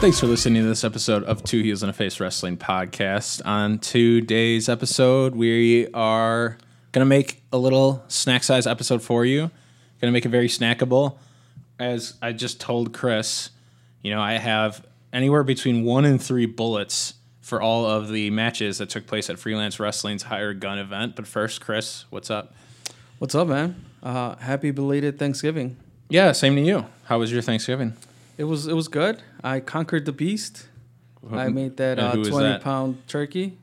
Thanks for listening to this episode of Two Heels and a Face Wrestling Podcast. On today's episode, we are going to make a little snack size episode for you. Going to make it very snackable. As I just told Chris, you know, I have anywhere between one and three bullets for all of the matches that took place at Freelance Wrestling's Higher Gun event. But first, Chris, what's up? What's up, man? Uh, happy belated Thanksgiving. Yeah, same to you. How was your Thanksgiving? It was it was good. I conquered the beast. I made that and uh, who was twenty that? pound turkey.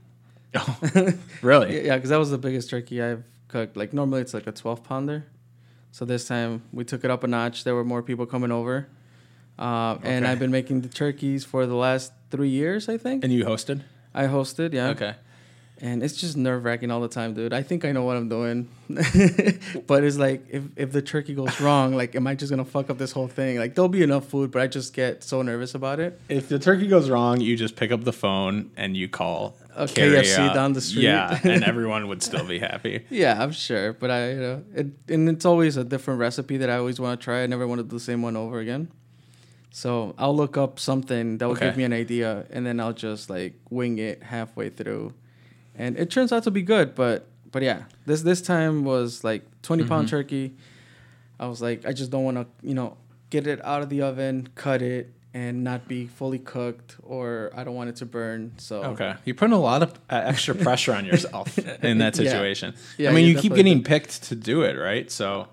Really? Yeah, because that was the biggest turkey I've cooked. Like normally it's like a twelve pounder, so this time we took it up a notch. There were more people coming over, uh, and Okay. I've been making the turkeys for the last three years. I think And you hosted? I hosted. Yeah. Okay. And it's just nerve wracking all the time, dude. I think I know what I'm doing, but it's like if, if the turkey goes wrong, like am I just gonna fuck up this whole thing? Like there'll be enough food, but I just get so nervous about it. If the turkey goes wrong, you just pick up the phone and you call A carry KFC out. down the street. Yeah, and everyone would still be happy. Yeah, I'm sure, but I, you know, it, and it's always a different recipe that I always want to try. I never want to do the same one over again. So I'll look up something that will give Okay. me an idea, and then I'll just like wing it halfway through, and it turns out to be good. But but yeah, this this time was like 20 pound turkey. I was like, I just don't want to, you know, get it out of the oven, cut it, and not be fully cooked, or I don't want it to burn. So Okay, you're putting a lot of uh, extra pressure on yourself in that Yeah. situation. Yeah, I mean, you you keep definitely getting picked to do it, right? So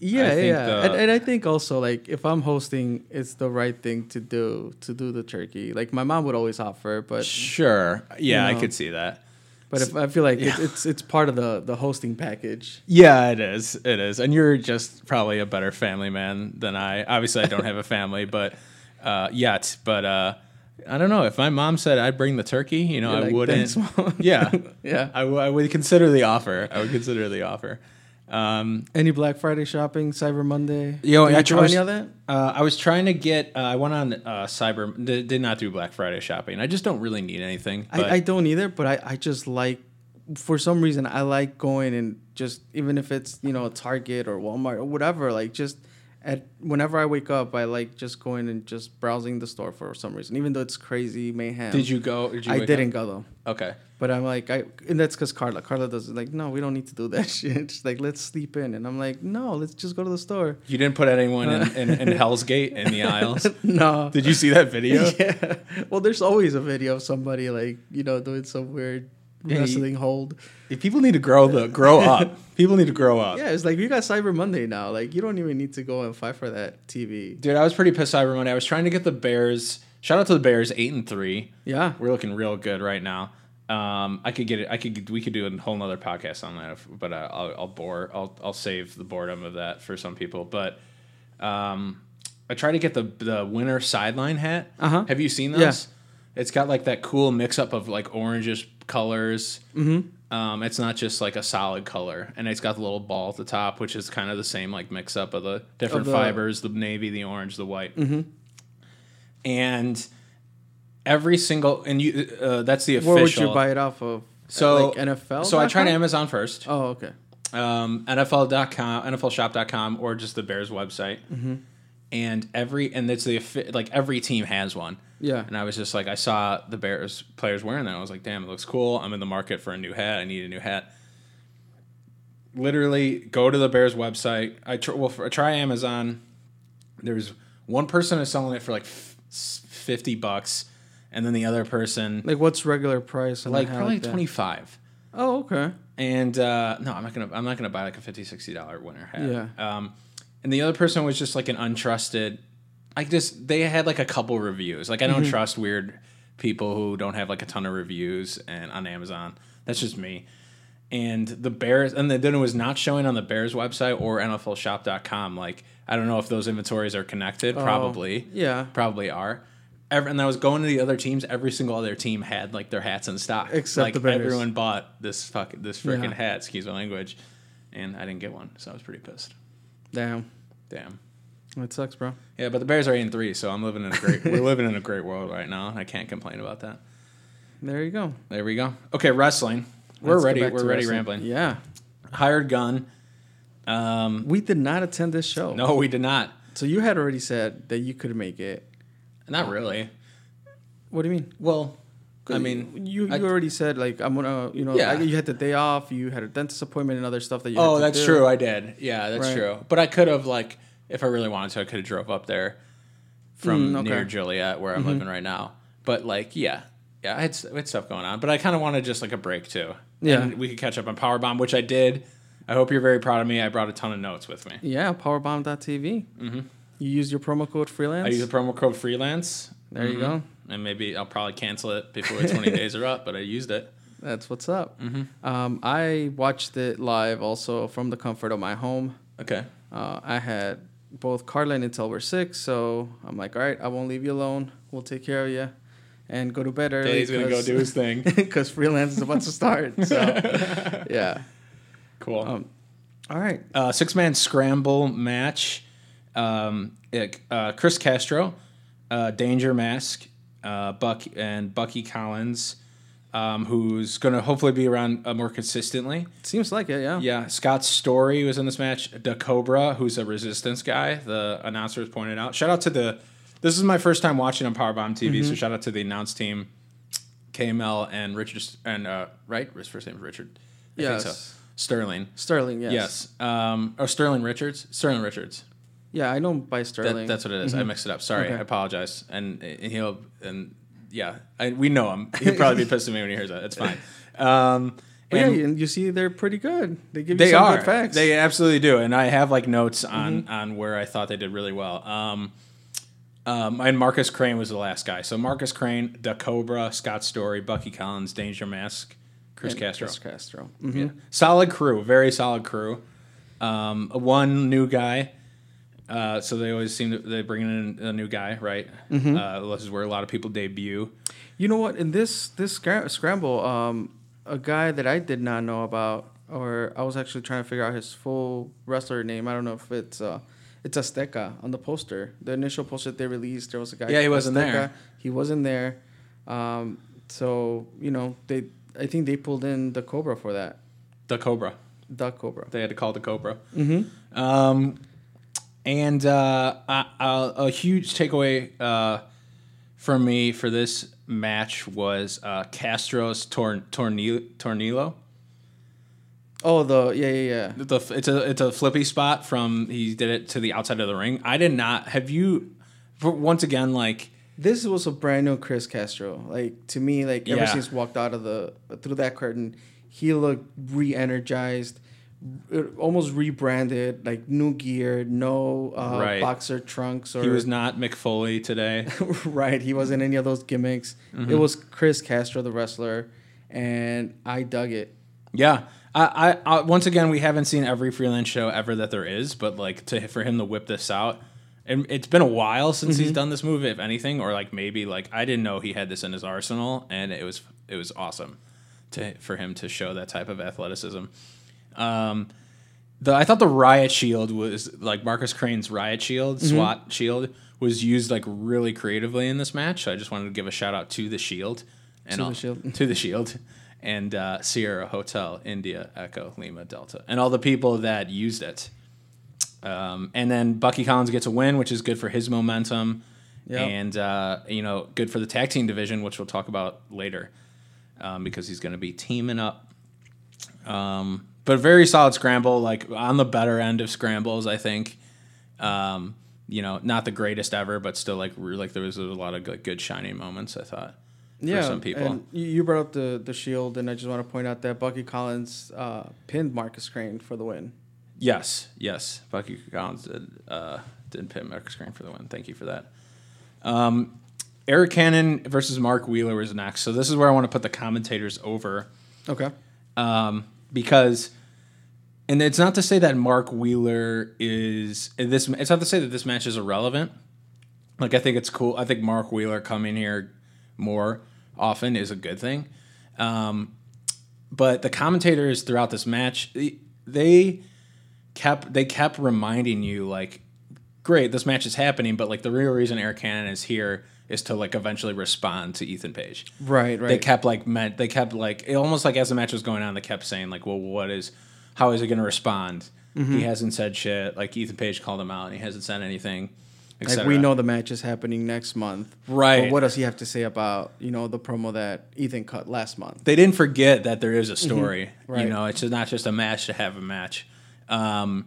Yeah, I yeah, think yeah. and, the- and I think also like if I'm hosting, it's the right thing to do to do the turkey. Like my mom would always offer, but sure, yeah, You I know. could see that. but if I feel like it's it's, it's part of the the hosting package. Yeah, it is. It is. And you're just probably a better family man than I. Obviously, I don't have a family, but uh, yet, but uh, I don't know. If my mom said I'd bring the turkey, you know, You're I like, wouldn't. "Thanks, Mom." Yeah, Yeah. I, w- I would consider the offer. I would consider the offer. Um, Any Black Friday shopping, Cyber Monday? You know, Did I you try was- any of that? uh, I was trying to get. Uh, I went on uh, Cyber. Did, did not do Black Friday shopping. I just don't really need anything. But I, I don't either, but I I just like for some reason I like going and just even if it's you know Target or Walmart or whatever, like just. At whenever I wake up, I like just going and just browsing the store for some reason, even though it's crazy mayhem. did you go? Did you I wake up? didn't go though. Okay. But I'm like, I and that's because Carla. Carla does it. like, no, we don't need to do that shit. She's like, let's sleep in. And I'm like, no, let's just go to the store. You didn't put anyone in, in, in Hell's Gate in the aisles. no. Did you see that video? Yeah. Well, there's always a video of somebody like you know doing some weird you- wrestling hold. If people need to grow the grow up. People need to grow up. Yeah, it's like you got Cyber Monday now. Like you don't even need to go and fight for that TV. Dude, I was pretty pissed Cyber Monday. I was trying to get the Bears. Shout out to the Bears, eight and three. Yeah. We're looking real good right now. Um, I could get it. I could. We could do a whole nother podcast on that, if, but uh, I'll, I'll bore. I'll I'll save the boredom of that for some people. But um, I tried to get the the winter sideline hat. Uh-huh. Have you seen those? Yeah. It's got like that cool mix up of like orangish colors. Um, it's not just like a solid color, and it's got the little ball at the top, which is kind of the same like mix up of the different the- Mm-hmm. fibers: the navy, the orange, the white, and every single and you uh, that's the official. Where would you buy it off of? so like NFL. So I tried Amazon first, Oh, okay. um, NFL.com, NFLShop.com, or just the Bears website. Mm-hmm. And every and it's the offi- like every team has one. Yeah. And I was just like, I saw the Bears players wearing that. I was like, damn, it looks cool. I'm in the market for a new hat. I need a new hat. Literally, go to the Bears website. I tr- well, for, try Amazon. There's one person is selling it for like f- fifty bucks, and then the other person like, Like what's regular price? and how probably that? twenty five. Oh, okay. And uh, no, I'm not gonna I'm not gonna buy like a 50 60 dollar winter hat. Yeah. Um, and the other person was just like an untrusted. I just they had like a couple reviews. Like I Mm-hmm. don't trust weird people who don't have like a ton of reviews and on Amazon. That's just me. And the Bears and then it was not showing on the Bears website or NFLShop.com. Like I don't know if those inventories are connected. Probably Oh, Yeah. probably are. Every, and I was going to the other teams. Every single other team had like their hats in stock, Except like the Bears. everyone bought this fuck this freaking Yeah. hat. Excuse my language, and I didn't get one, so I was pretty pissed. Damn. Damn. It sucks, bro. Yeah, but the Bears are eight and three, so I'm living in a great. we're living in a great world right now, and I can't complain about that. There you go. There we go. Okay, wrestling. We're Let's get ready. back We're to ready. wrestling. Rambling. Yeah. Hired gun. Um, We did not attend this show. no, we did not. So you had already said that you could make it. Not really. What do you mean? Well, I mean, you you I- already said like I'm gonna you know Yeah. like, you had the day off, you had a dentist appointment and other stuff that you. had Oh, to that's do. true. I did. Yeah, that's Right. true. But I could have like, if I really wanted to, I could have drove up there from Mm, okay. near Joliet, where I'm living right now. But like, yeah, yeah, I had, s- I had stuff going on. But I kind of wanted just like a break too. Yeah. and we could catch up on Power Bomb, which I did. I hope you're very proud of me. I brought a ton of notes with me. Yeah, powerbomb.tv. Mm-hmm. You use your promo code freelance. I use Mm-hmm. the promo code freelance, there you go. and maybe I'll probably cancel it before 20 days are up. But I used it. That's what's up. Mm-hmm. Um, I watched it live also from the comfort of my home. Okay. Uh, I had both Carla and Intel were sick, so I'm like, all right, I won't leave you alone. We'll take care of you, and go to bed early. Daddy's gonna go do his thing. because freelance is about to start. So yeah, Cool. Oh, all right. uh, six man scramble match. Um, it- uh, Chris Castro, uh, Danger Mask, uh, Buck, and Bucky Collins, um, who's going to hopefully be around uh, more consistently. Seems like it. Yeah. Yeah, Scott Story was in this match. Da Cobra, who's a resistance guy, the announcer has pointed out. Shout out to the. This is my first time watching on Powerbomb TV, so shout out to the announce team, KML and Richard and uh, right, his first name is Richard. I think so. Yes. Sterling. Sterling. Yes. Yes. Um, oh, Sterling Richards. Sterling Richards. Yeah, I know him by Sterling. That, that's what it is. I mixed it up. Sorry, Mm-hmm. Okay. I apologize. And, and he'll and yeah, I, we know him. He'll probably be pissed at me when he hears that. It's fine. Um, But yeah, and you, you see, they're pretty good. They give you they some are. good facts. Mm-hmm. They absolutely do. And I have like notes on on where I thought they did really well. Um, um, and Marcus Crane was the last guy. So Marcus Crane, Da Cobra, Scott Story, Bucky Collins, Danger Mask, Chris And Castro. Mm-hmm. Chris Castro. Mhm. Yeah. Solid crew, very solid crew. Um, one new guy. Uh, so they always seem to they bring in a new guy, right? Uh, this is where a lot of people debut. You know what? In this this scra- scramble, um, a guy that I did not know about, or I was actually trying to figure out his full wrestler name. I don't know if it's uh, it's Azteca on the poster, the initial poster that they released. There was a guy. Yeah, he called wasn't there. He wasn't there. Um, so you know, they I think they pulled in the Cobra for that, The Cobra. the Cobra. They had to call the Cobra. Mm-hmm. Um, and uh, I, I, a huge takeaway uh, from me for this match was uh, Castro's torn, torni- tornillo. Oh, the yeah yeah yeah. the it's a it's a flippy spot from he did it to the outside of the ring. I did not. Have you? For, once again, like this was a brand new Chris Castro. Like to me, like ever Yeah. since he walked out of the through that curtain, he looked re-energized, r- almost rebranded, like new gear, no uh, Right. boxer trunks or he was not Mick Foley today. right. He wasn't any of those gimmicks. It Mm-hmm. was Chris Castro, the wrestler, and I dug it. yeah. I, I, I once again we haven't seen every freelance show ever that there is, but like to for him to whip this out, and it's been a while since he's done this move, if anything, or like maybe like I didn't know he had this in his arsenal, and it was it was awesome to for him to show that type of athleticism. Um, the I thought the riot shield was like Marcus Crane's riot shield, Mm-hmm. SWAT shield was used like really creatively in this match. So I just wanted to give a shout out to the shield and To the all- Shield. to the shield and uh, Sierra Hotel India Echo Lima Delta and all the people that used it. Um, and then Bucky Collins gets a win, which is good for his momentum, Yeah. and uh, you know, good for the tag team division, which we'll talk about later, um, because he's going to be teaming up but very solid scramble, like on the better end of scrambles, I think. Um, you know, not the greatest ever, but still like re- like there was a lot of like, good shining moments. I thought for some people. and you- you brought up the the shield, and I just want to point out that Bucky Collins uh, pinned Marcus Crane for the win. Yes, yes. Bucky Collins did uh, did pin Marcus Crane for the win. Thank you for that. Um, Eric Cannon versus Mark Wheeler was next, so this is where I want to put the commentators over. Okay. because and it's not to say that Mark Wheeler is this it's not to say that this match is irrelevant. Like I think it's cool. I think Mark Wheeler coming here more often is a good thing. Um, but the commentators throughout this match they- they kept they kept reminding you like great this match is happening but like the real reason Eric Cannon is here is to like eventually respond to Ethan Page Right. Right. they kept like meant they kept like it almost like as the match was going on they kept saying like well what is Mm-hmm. how is he going to respond he hasn't said shit like ethan page called him out and he hasn't said anything et Like cetera. we know the match is happening next month. Right. But what does he have to say about you know the promo that Ethan cut last month? they didn't forget that there is a story. Mm-hmm. Right. You know, it's not just a match to have a match. Um,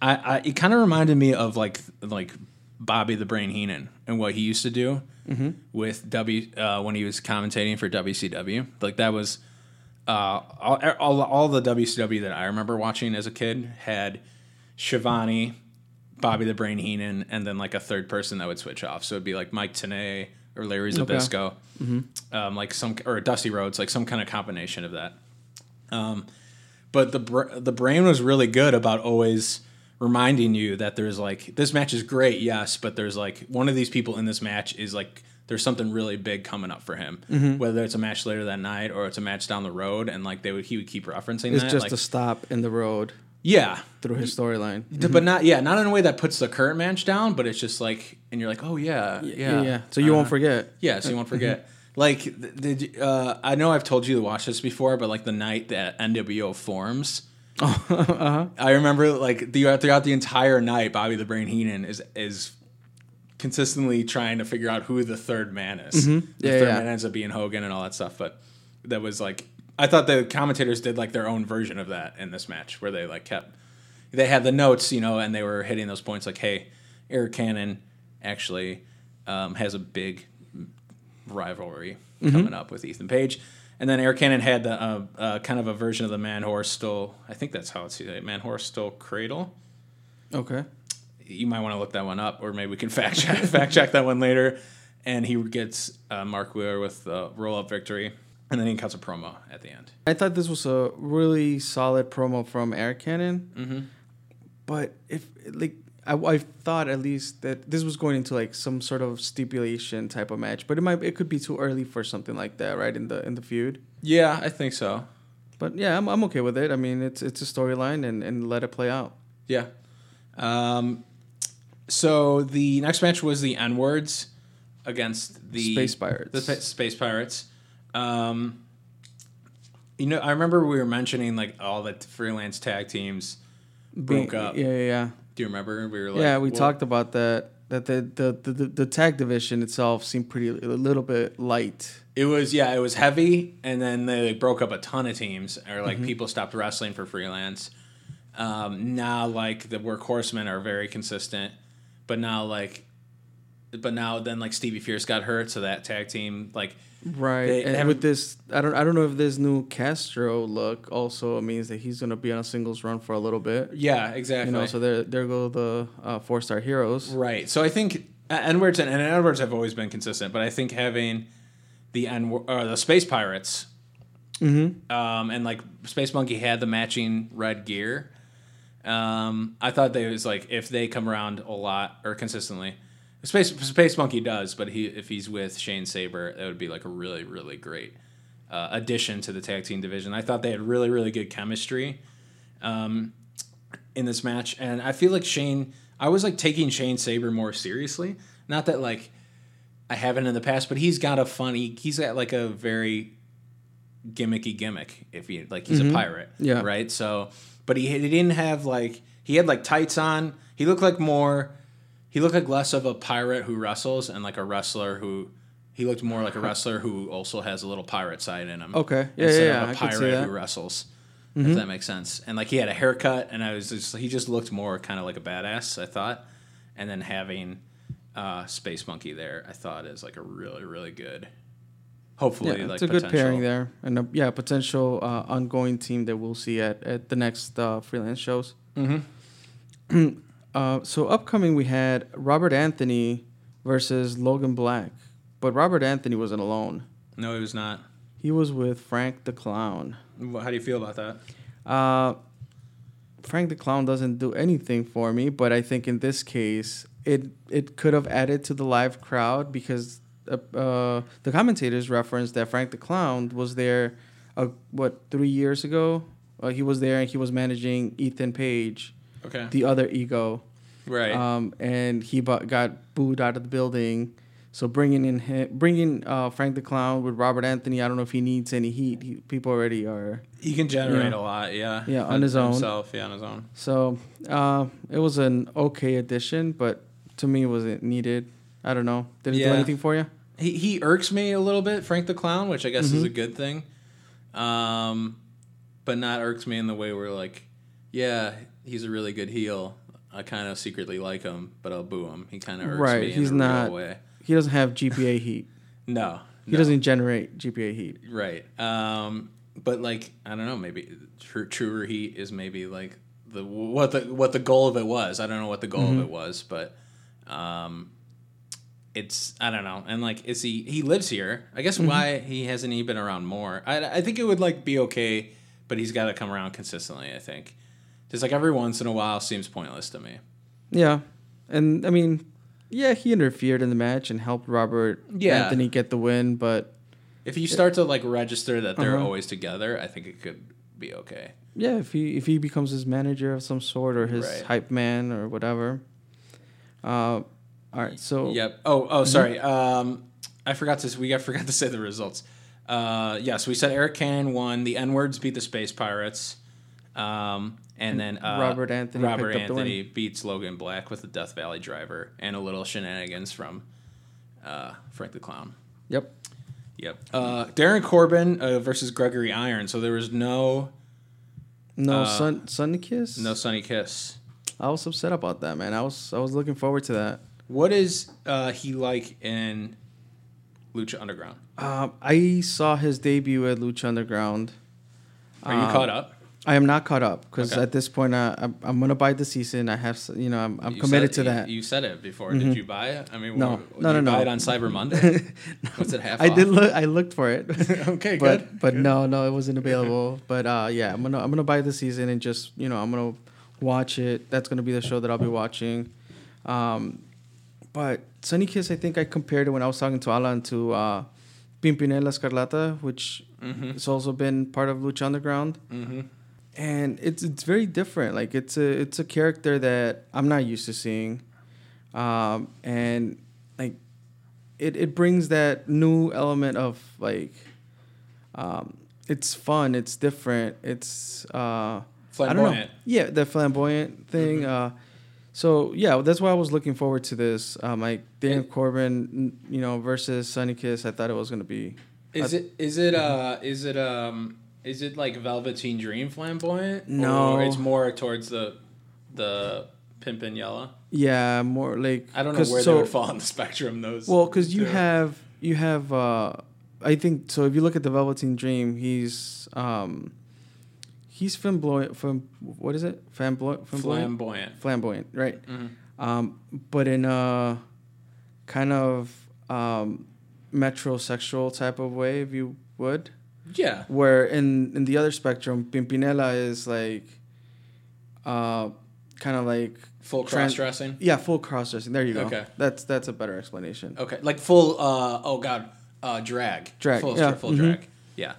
I, I it kind of reminded me of like like Bobby the Brain Heenan and what he used to do Mm-hmm. with W uh, when he was commentating for WCW. Like that was uh, all, all all the WCW that I remember watching as a kid had Shivani. Bobby the Brain Heenan, and then like a third person that would switch off. So it'd be like Mike Tenay or Larry Zabisco, um, like some or Dusty Rhodes, like some kind of combination of that. Um, but the br- the brain was really good about always reminding you that there's like this match is great, yes, but there's like one of these people in this match is like there's something really big coming up for him, Mm-hmm. whether it's a match later that night or it's a match down the road, and like they would he would keep referencing It's that, just like, a Mm-hmm. stop in the road yeah, through his storyline. D- but not yeah, not in a way that puts the current match down, but it's just like, and you're like, oh yeah, yeah, Mm-hmm. yeah. So you won't forget. yeah, so you won't forget. like, th- did you- uh, I know I've told you to watch this before, but like the night that NWO forms, I remember like the, throughout the entire night, Bobby the Brain Heenan is is consistently trying to figure out who the third man is. The Mm-hmm. Yeah, third yeah. man ends up being Hogan and all that stuff, but that was like I thought the commentators did like their own version of that in this match where they like kept they had the notes, you know, and they were hitting those points like, hey, Eric Cannon actually um, has a big rivalry Mm-hmm. coming up with Ethan Page. And then Eric Cannon had the uh, uh, kind of a version of the man horse still. I think that's how it's man horse still cradle. Okay. You might want to look that one up, or maybe we can fact check, fact check that one later. And he gets uh, Mark Wheeler with the roll up victory, and then he cuts a promo at the end. I thought this was a really solid promo from Eric Cannon. Mm-hmm. But if like I, I thought at least that this was going into like some sort of stipulation type of match, but it might it could be too early for something like that, right? In the in the feud. Yeah, I think so. But yeah, I'm, I'm okay with it. I mean, it's it's a storyline and, and let it play out. Yeah. Um, so the next match was the N words against the Space Pirates. The spa- space pirates. Um, you know, I remember we were mentioning like all the freelance tag teams broke Being- up. Yeah, yeah, yeah. Do you remember? We were like, yeah, we well, talked about that. That the the, the the the tag division itself seemed pretty a little bit light. It was yeah, it was heavy, and then they like, broke up a ton of teams, or like people stopped wrestling for freelance. Um, now like the workhorsemen are very consistent, but now like, but now then like Stevie Fierce got hurt, so that tag team like Right. They and haven't- with this I don't I don't know if this new Castro look also means that he's gonna be on a singles run for a little bit. yeah exactly You know, so there there go the uh, four star heroes. right. So I think N words and N words have always been consistent, but I think having the N or the Space Pirates, um, and like Space Monkey had the matching red gear. Um, I thought they was like if they come around a lot or consistently, Space Space Monkey does, but he if he's with Shane Saber, that would be like a really really great uh, addition to the tag team division. I thought they had really really good chemistry um, in this match, and I feel like Shane. I was like taking Shane Saber more seriously. Not that like I haven't in the past, but he's got a funny. He's got like a very gimmicky gimmick. If you like, he's a pirate, Yeah. right. So, but he, he didn't have like he had like tights on. He looked like more. He looked like less of a pirate who wrestles and like a wrestler who. He looked more like a wrestler who also has a little pirate side in him. Okay. Yeah, instead of yeah, a yeah. I could see pirate that. Mm-hmm. who wrestles. If that makes sense. And like he had a haircut, and I was just he just looked more kind of like a badass. I thought, and then having uh, Space Monkey there, I thought is like a really really good. Yeah, Hopefully, like it's a good pairing there, and a, yeah, potential uh, ongoing team that we'll see at, at the next uh, freelance shows. Mm-hmm. uh, so upcoming, we had Robert Anthony versus Logan Black, but Robert Anthony wasn't alone. No, it was not. He was with Frank the Clown. Wh- How do you feel about that? Uh, Frank the Clown doesn't do anything for me, but I think in this case, it it could have added to the live crowd because uh, uh, the commentators referenced that Frank the Clown was there, uh, what three years ago? Uh, he was there and he was managing Ethan Page, Okay, the other ego, right. um, and he bu- got booed out of the building. So bringing in him, bringing uh, Frank the Clown with Robert Anthony, I don't know if he needs any heat. He, people already are. he can generate yeah. a lot. Yeah. Yeah, on Him- his own. Himself. Yeah, on his own. So uh, it was an okay addition, but to me was it needed. I don't know. Did it do Yeah. anything for you? He he irks me a little bit, Frank the Clown, which I guess Mm-hmm. is a good thing. Um, but not irks me in the way where like, yeah, he's a really good heel. I kind of secretly like him, but I'll boo him. He kind of irks Right, me he's in a not- real way. He doesn't have GPA heat. No, He no. doesn't generate GPA heat. Right. Um, but like I don't know, maybe true, truer heat is maybe like the what the what the goal of it was. I don't know what the goal of it was, but um, it's I don't know. And like, is he he lives here? I guess why he hasn't he been around more? I I think it would like be okay, but he's got to come around consistently. I think just like every once in a while seems pointless to me. Yeah, and I mean, yeah, he interfered in the match and helped Robert Yeah. Anthony get the win, but If you start to like register that they're Uh-huh. always together, I think it could be okay. yeah, if he if he becomes his manager of some sort or his Right. hype man or whatever. Uh, all right, so Yep. Oh, oh, sorry. Um, I forgot to. We I forgot to say the results. Uh, yes, we said Eric Cannon won. The N words beat the Space Pirates. Um, and then uh, Robert Anthony Robert picked up the win. Anthony beats Logan Black with the Death Valley Driver and a little shenanigans from uh, Frank the Clown. yep, Yep. Uh, Darren Corbin uh, versus Gregory Iron. So there was no no sun sun kiss. Uh, no Sunny Kiss. I was upset about that, man. I was I was looking forward to that. What is uh, he like in Lucha Underground? Um, I saw his debut at Lucha Underground. Are you caught up? I am not caught up because Okay. at this point I, I'm, I'm gonna buy the season. I have s- you know I'm, I'm You committed said- to you- that. Mm-hmm. You said it before. Did you buy it? I mean, No. wha- No, you no, buy no. it on Cyber Monday. What's it half? I did off? look. I looked for it. Okay, but good, but no, no, it wasn't available. but uh, yeah, I'm gonna I'm gonna buy the season and just you know I'm gonna watch it. That's gonna be the show that I'll be watching. Um, but Sunny Kiss, I think I compared it when I was talking to Alan to uh, Pimpinela Escarlata, which Mm-hmm. has also been part of Lucha Underground. And it's it's very different. Like it's a it's a character that I'm not used to seeing, um, and like it, it brings that new element of like um, it's fun it's different it's uh, I don't know. Flamboyant. Mm-hmm. yeah the flamboyant thing uh, so yeah that's why i was looking forward to this um, like dan corbin n- you know versus sunny kiss i thought it was going to be Is it? Is it? Uh, is it? Um, is it like Velveteen Dream flamboyant? No. or it's more towards the the pimpin' yellow. yeah more like I don't know 'cause where so- they would fall on the spectrum. Those Well, because you two. have you have uh, I think so. If you look at the Velveteen Dream, he's um, he's flamboyant. From what is it? Flamboyant. Flamboyant. flamboyant. Mm-hmm. Flamboyant. Right. Um, but in a kind of um, metrosexual type of way, if you would. Yeah, Where in in the other spectrum, Pimpinella is like, uh, kind of like full cross Trans- dressing. yeah, full cross dressing. There you go. Okay. That's that's a better explanation. Okay, like full. Uh, oh God, uh, drag. Drag, Full, yeah, full mhm. drag. Yeah.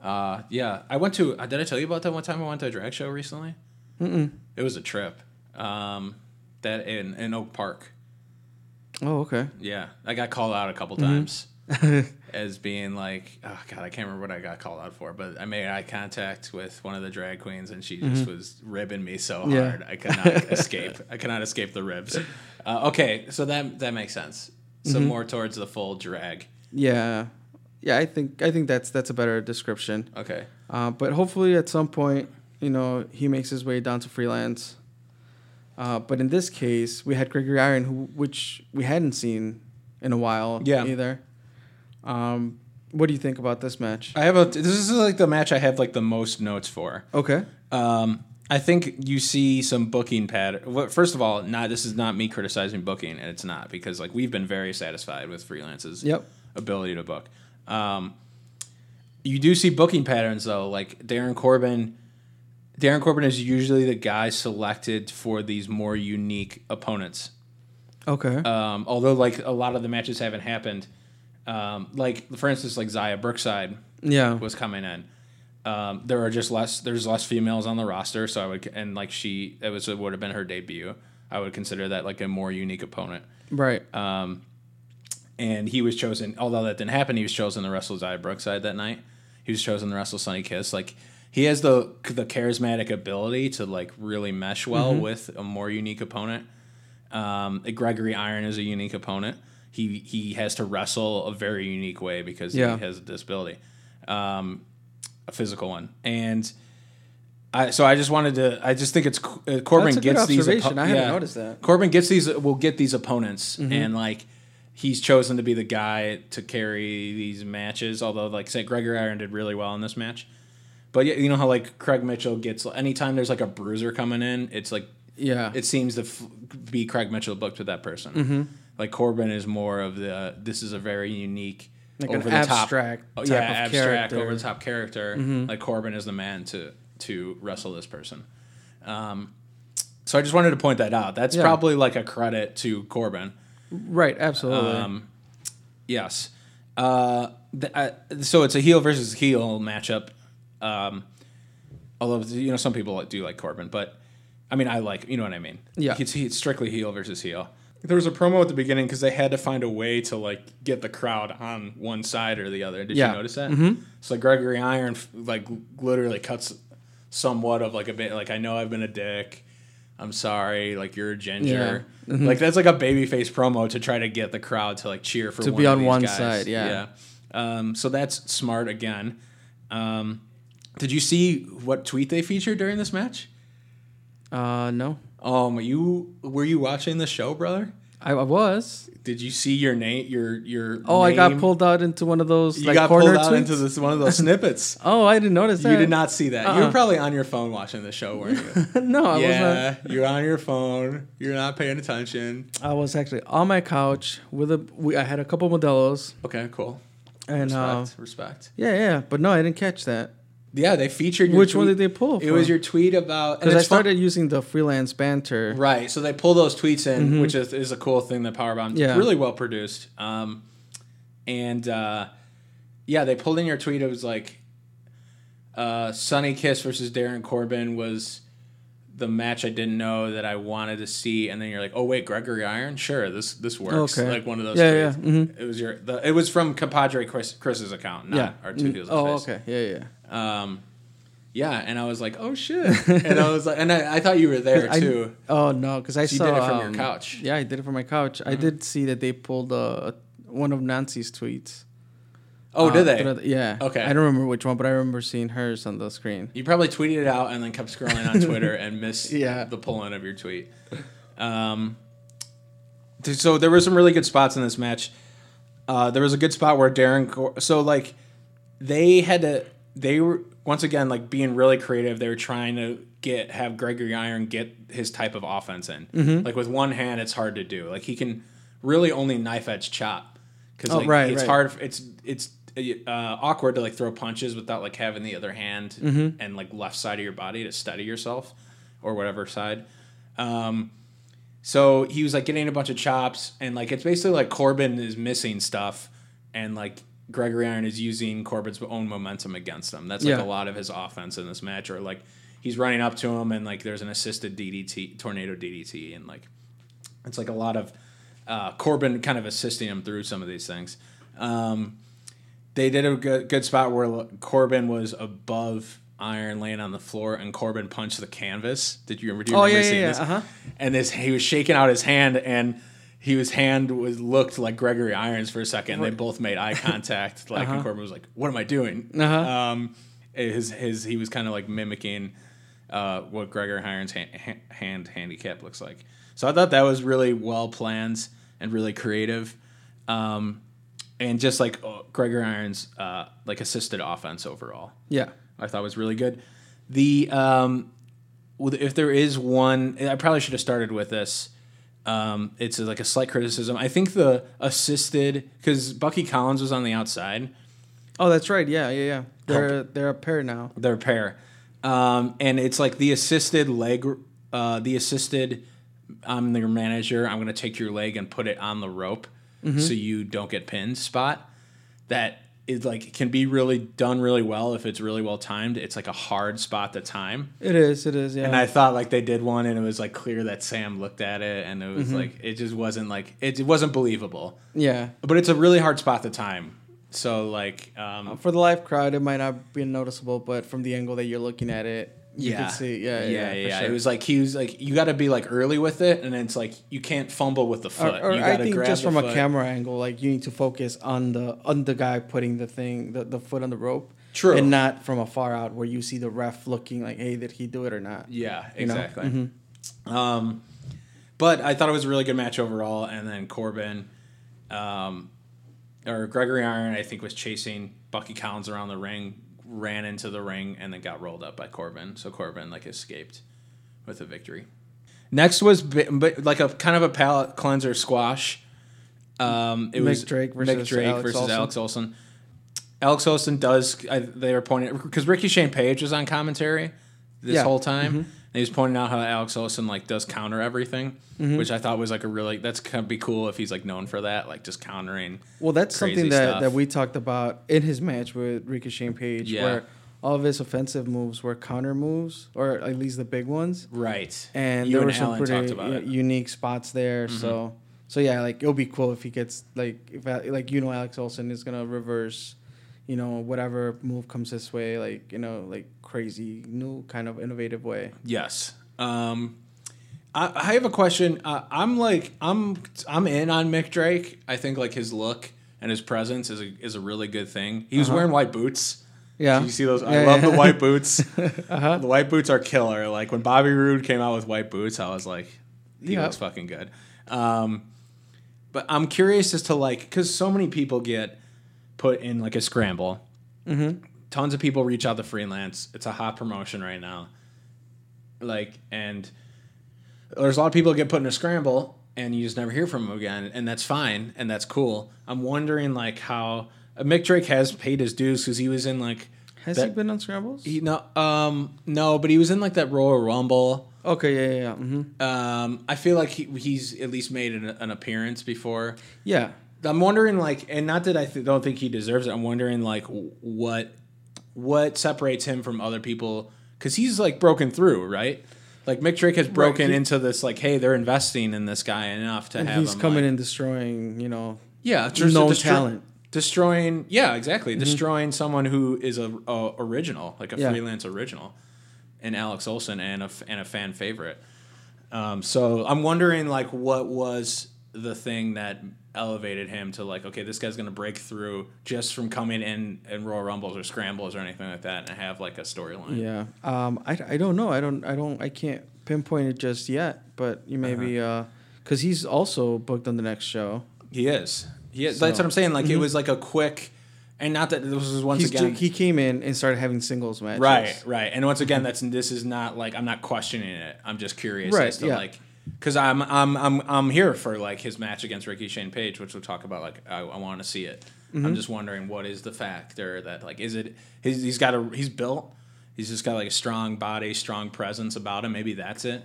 Uh, yeah. I went to. Uh, did I tell you about that one time I went to a drag show recently? Mm-mm. It was a trip. Um, that in in Oak Park. Oh, okay. Yeah, I got called out a couple times as being like, oh God, I can't remember what I got called out for, but I made eye contact with one of the drag queens, and she just was ribbing me so Yeah. hard I could not escape. I could not escape the ribs. Uh, okay, so that that makes sense. So more towards the full drag. Yeah, yeah. I think I think that's that's a better description. Okay. Uh, but hopefully, at some point, you know, he makes his way down to freelance. Uh, but in this case, we had Gregory Iron, who which we hadn't seen in a while Yeah. either. Um, what do you think about this match? I have a. This is like the match I have like the most notes for. Okay. Um, I think you see some booking pattern. Well, first of all, not this is not me criticizing booking, and it's not because like we've been very satisfied with freelance's Yep. ability to book. Um, you do see booking patterns though, like Darren Corbin. Darren Corbin is usually the guy selected for these more unique opponents Okay. um, although like a lot of the matches haven't happened. Um, like for instance, like Zaya Brookside yeah. was coming in. Um, there are just less. There's less females on the roster, so I would and like she that was would have been her debut. I would consider that like a more unique opponent. Right. uh, And he was chosen. Although that didn't happen, he was chosen the wrestle Zaya Brookside that night. He was chosen the wrestle Sunny Kiss. Like he has the the charismatic ability to like really mesh well with a more unique opponent. Um, Gregory Iron is a unique opponent. He he has to wrestle a very unique way because Yeah. he has a disability, um, a physical one. And I so I just wanted to. I just think it's uh, Corbin That's a good gets these. observation. I hadn't noticed that. Mm-hmm. Corbin gets these. Will get these opponents and like. He's chosen to be the guy to carry these matches, although like St. Gregory Iron did really well in this match. But yeah, you know how like Craig Mitchell gets anytime there's like a bruiser coming in, it's like Yeah. Mm-hmm. it seems to f- be Craig Mitchell booked with that person. Like Corbin is more of the this is a very unique, Like an abstract oh, type yeah, of abstract character. Mm-hmm. over the top character. Like Corbin is the man to to wrestle this person. Um, so I just wanted to point that out. That's Yeah. probably like a credit to Corbin. right. Absolutely. um, Yes. Uh, th- I, so it's a heel versus heel matchup. Um, although you know some people do like Corbin, but I mean I like you know what I mean. Yeah. It's, it's strictly heel versus heel. There was a promo at the beginning because they had to find a way to like get the crowd on one side or the other. Did Yeah. Mm-hmm. you notice that? So Gregory Iron f- like literally cuts somewhat of like a bit like I know I've been a dick. I'm sorry, like you're a ginger. Mm-hmm. Like that's like a babyface promo to try to get the crowd to like cheer for To one be of on these one guys. side, yeah. Yeah. Um, so that's smart again. Um, did you see what tweet they featured during this match? uh, no, Um, you were you watching the show, brother? I, I was. Did you see your name? Your your Oh, I got name- pulled out into one of those You like got pulled corner out tweets. into this one of those snippets. oh, I didn't notice that. you did not see that. You Uh-uh. were probably on your phone watching the show, weren't you? no, I was yeah, you're on your phone. You're not paying attention. not. I was actually on my couch with a. We, I had a couple Modelo's Okay, cool. and uh, Respect, respect. yeah, yeah. But no, I didn't catch that. Yeah, they featured. Your Which one tweet- did they pull? It was your tweet about. and because I it's fun- started using the freelance banter. Right, so they pull those tweets in, which is, is a cool thing that Powerbomb Mm-hmm. Yeah. really well produced. Um, and uh, yeah, they pulled in your tweet. It was like uh, Sunny Kiss versus Darren Corbin was the match I didn't know that I wanted to see, and then you're like, oh wait, Gregory Iron, sure, this this works. Okay. Like one of those. Yeah, tweets. yeah, Mm-hmm. It was your. The, it was from compadre Chris, Chris's account, not Yeah. our two heels. in the Oh, face. okay. Yeah, yeah. Um, yeah, and I was like, "Oh shit!" and I was like, and I, I thought you were there I- too. oh no, because I So you saw did it from your um, couch. Mm-hmm. Yeah, I did it from my couch. I did see that they pulled uh, one of Nancy's tweets. oh, Uh, did they? through the- yeah. Okay. I don't remember which one, but I remember seeing hers on the screen. You probably tweeted it out and then kept scrolling on Twitter and missed Yeah. the pull in of your tweet. Um, th- so there were some really good spots in this match. Uh, there was a good spot where Darren. Cor- so like, they had to. They were once again like being really creative. They were trying to get have Gregory Iron get his type of offense in. Mm-hmm. Like with one hand, it's hard to do. Like he can really only knife edge chop because Oh, like, right, it's right. hard. It's it's uh, awkward to like throw punches without like having the other hand Mm-hmm. and like left side of your body to steady yourself or whatever side. Um, so he was like getting a bunch of chops, and like it's basically like Corbin is missing stuff, and like Gregory Iron is using Corbin's own momentum against them. That's like Yeah. a lot of his offense in this match, or like he's running up to him, and like there's an assisted DDT, tornado DDT, and like it's like a lot of uh, Corbin kind of assisting him through some of these things. Um, they did a good, good spot where Corbin was above Iron laying on the floor, and Corbin punched the canvas. Did you, do you Oh, remember yeah, yeah, seeing yeah, this? uh-huh. And this he was shaking out his hand, and he, his hand was looked like Gregory Irons for a second. They both made eye contact, like and Corbin was like, "What am I doing?" Uh-huh. Um, his his he was kind of like mimicking uh, what Gregory Irons' hand, hand handicap looks like. So I thought that was really well planned and really creative, um, and just like uh, Gregory Irons' uh, like assisted offense overall, Yeah. I thought was really good. The um, well, if there is one, I probably should have started with this. Um, it's like a slight criticism. I think the assisted because Bucky Collins was on the outside. Oh, that's right. Yeah, yeah, yeah. They're they're a pair now. their pair. Um, and it's like the assisted leg, uh, the assisted, I'm your manager. I'm going to take your leg and put it on the rope so you don't get pinned spot. That is like, can be really done really well if it's really well timed. It's like a hard spot to time. It is. It is. Yeah. And I thought like they did one and it was like clear that Sam looked at it and it was like, it just wasn't like, it, it wasn't believable. yeah. But it's a really hard spot to time. So like, um, For the live crowd, it might not be noticeable, but from the angle that you're looking at it, You yeah. could see, yeah, yeah, yeah, for yeah. sure. It was like he was like, you got to be like early with it, and it's like you can't fumble with the foot. Or, or you I gotta think grab just the from a foot. camera angle, like you need to focus on the on the guy putting the thing, the, the foot on the rope. True. And not from afar out where you see the ref looking like, hey, did he do it or not? Yeah, You know? Mm-hmm. exactly. Um, but I thought it was a really good match overall. And then Corbin, um, or Gregory Iron, I think was chasing Bucky Collins around the ring, ran into the ring, and then got rolled up by Corbin. So Corbin like escaped with a victory. Next was bi- but like a kind of a palate cleanser squash. Um, it Mick was Drake Mick versus Drake Alex versus Olsen. Alex Olsen. Alex Olsen does. I, they were pointing because Ricky Shane Page was on commentary this Yeah. whole time, and he was pointing out how Alex Olsen like does counter everything, which I thought was like a really that's gonna be cool if he's like known for that, like just countering. Well, that's crazy something that, stuff. that we talked about in his match with Ricochet and Page, Yeah. where all of his offensive moves were counter moves, or at least the big ones. right. And you there and were some Alan pretty talked about u- it. Mm-hmm. unique spots there. So, so yeah, like it'll be cool if he gets like, if, Al- like you know, Alex Olsen is gonna reverse, you know, whatever move comes this way, like you know, like crazy new kind of innovative way. Yes. Um, I, I have a question. Uh, I'm like I'm I'm in on Mick Drake. I think like his look and his presence is a, is a really good thing. He was wearing white boots. Yeah. Did you see those? I Yeah, love yeah. the white boots. The white boots are killer. Like when Bobby Roode came out with white boots, I was like, he Yeah. looks fucking good. Um, but I'm curious as to like because so many people get put in like a scramble. Tons of people reach out to freelance. It's a hot promotion right now. Like and there's a lot of people that get put in a scramble and you just never hear from them again and that's fine and that's cool i'm wondering like how uh, mick drake has paid his dues because he was in like Has that, he been on scrambles? he no um no but he was in like that royal rumble okay, yeah, yeah, yeah. hmm um i feel like he, he's at least made an, an appearance before yeah. i'm wondering like and not that i th- don't think he deserves it i'm wondering like what what separates him from other people because he's like broken through right like Mick Drake has broken he- into this, like, hey, they're investing in this guy enough to And have he's him, coming like- and destroying, you know, Yeah, just known destroy- talent. Mm-hmm. Destroying, yeah, exactly. Destroying someone who is a, a original, like a Yeah. freelance original, and Alex Olson and a f- and a fan favorite. Um, so I'm wondering, like, what was the thing that elevated him to like, okay, this guy's gonna break through just from coming in in Royal Rumbles or Scrambles or anything like that, and have like a storyline. Yeah. Um, I, I don't know. I don't I don't I can't pinpoint it just yet, but you Uh-huh. maybe uh cuz he's also booked on the next show. He is. He is. That's what I'm saying. Like it was like a quick, and not that this was once mm-hmm. He's again ju- he came in and started having singles matches. Right, right. And once again, that's this is not like I'm not questioning it. I'm just curious Right, as to yeah. like because I'm I'm I'm I'm here for like his match against Ricky Shane Page, which we'll talk about. Like I, I want to see it. Mm-hmm. I'm just wondering what is the factor that like is it he's, he's got a he's built. He's just got like a strong body, strong presence about him. Maybe that's it.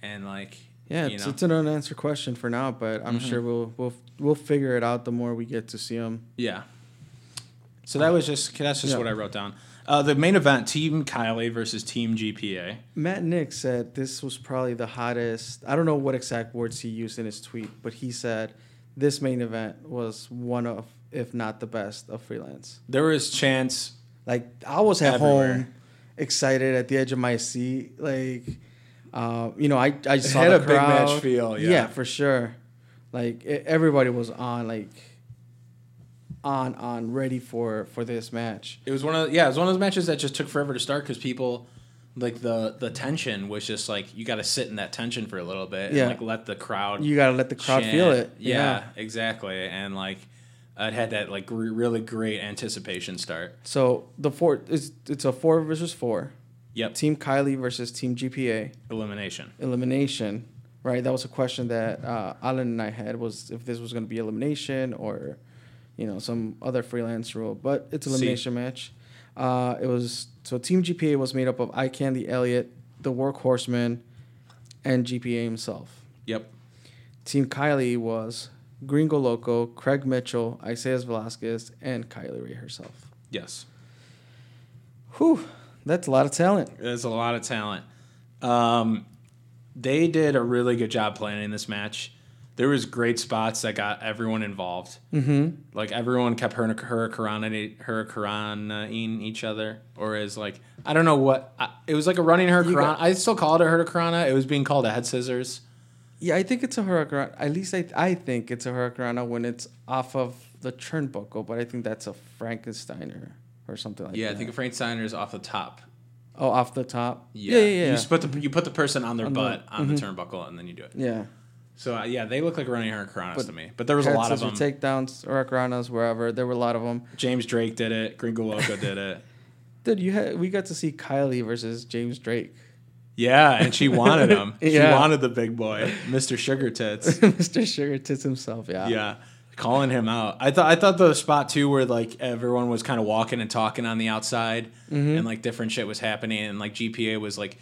And like Yeah, you know. it's, Mm-hmm. it's an unanswered question for now, but I'm sure we'll we'll we'll figure it out the more we get to see him. Yeah. So that was just that's just Yeah. what I wrote down. Uh, the main event: Team Kylie versus Team GPA. Matt Nick said this was probably the hottest. I don't know what exact words he used in his tweet, but he said this main event was one of if not the best of freelance. There was chance Like I was at Everywhere. home, excited at the edge of my seat. Like, uh, you know, I I saw had the a big match crowd. feel, yeah. for sure. Like e- everybody was on, like on on ready for for this match. It was one of yeah, it was one of those matches that just took forever to start because people like the the tension was just like you got to sit in that tension for a little bit Yeah. and like let the crowd You gotta let the crowd feel chant. it. Yeah, exactly. And like it had that like re- really great anticipation start. So the four it's it's a four versus four. Yep, Team Kylie versus Team GPA elimination. elimination. Right, that was a question that uh, Alan and I had was if this was going to be elimination or, you know, some other freelance rule. But it's See. elimination match. Uh, it was so Team GPA was made up of I Candy Elliott, the Workhorseman, and GPA himself. Yep. Team Kylie was Gringo Loco, Craig Mitchell, Isaias Velasquez, and Kylie Ray herself. Yes. Whew, that's a lot of talent. There's a lot of talent. Um, they did a really good job planning this match. there was great spots that got everyone involved. Mm-hmm. Like everyone kept her hurricanraning hurricanraning each other, or is like I don't know what I, it was like a running hurricanrana. got- I still called it a hurricanrana. It was being called a head scissors. Yeah, I think it's a hurricane. At least I, I think it's a hurricane when it's off of the turnbuckle, but I think that's a Frankensteiner or something like Yeah, that. I think Frank Steiner's off the top. Oh, off the top. Yeah, yeah, yeah. You just put the you put the person on their On the- Mm-hmm. butt on the turnbuckle, and then you do it. yeah. So uh, yeah, they look like running hurricanranas But to me. But there was a Head lot of them. scissors, Takedowns, hurricanes, wherever. There were a lot of them. James Drake did it. Gringo Loco did it. Dude, you had we got to see Kylie versus James Drake, Yeah, and she wanted him. She Yeah. wanted the big boy, Mr. Sugar Tits. Mr. Sugar Tits himself. Yeah. Yeah, calling him out. I thought I thought the spot too, where like everyone was kind of walking and talking on the outside, Mm-hmm. and like different shit was happening, and like GPA was like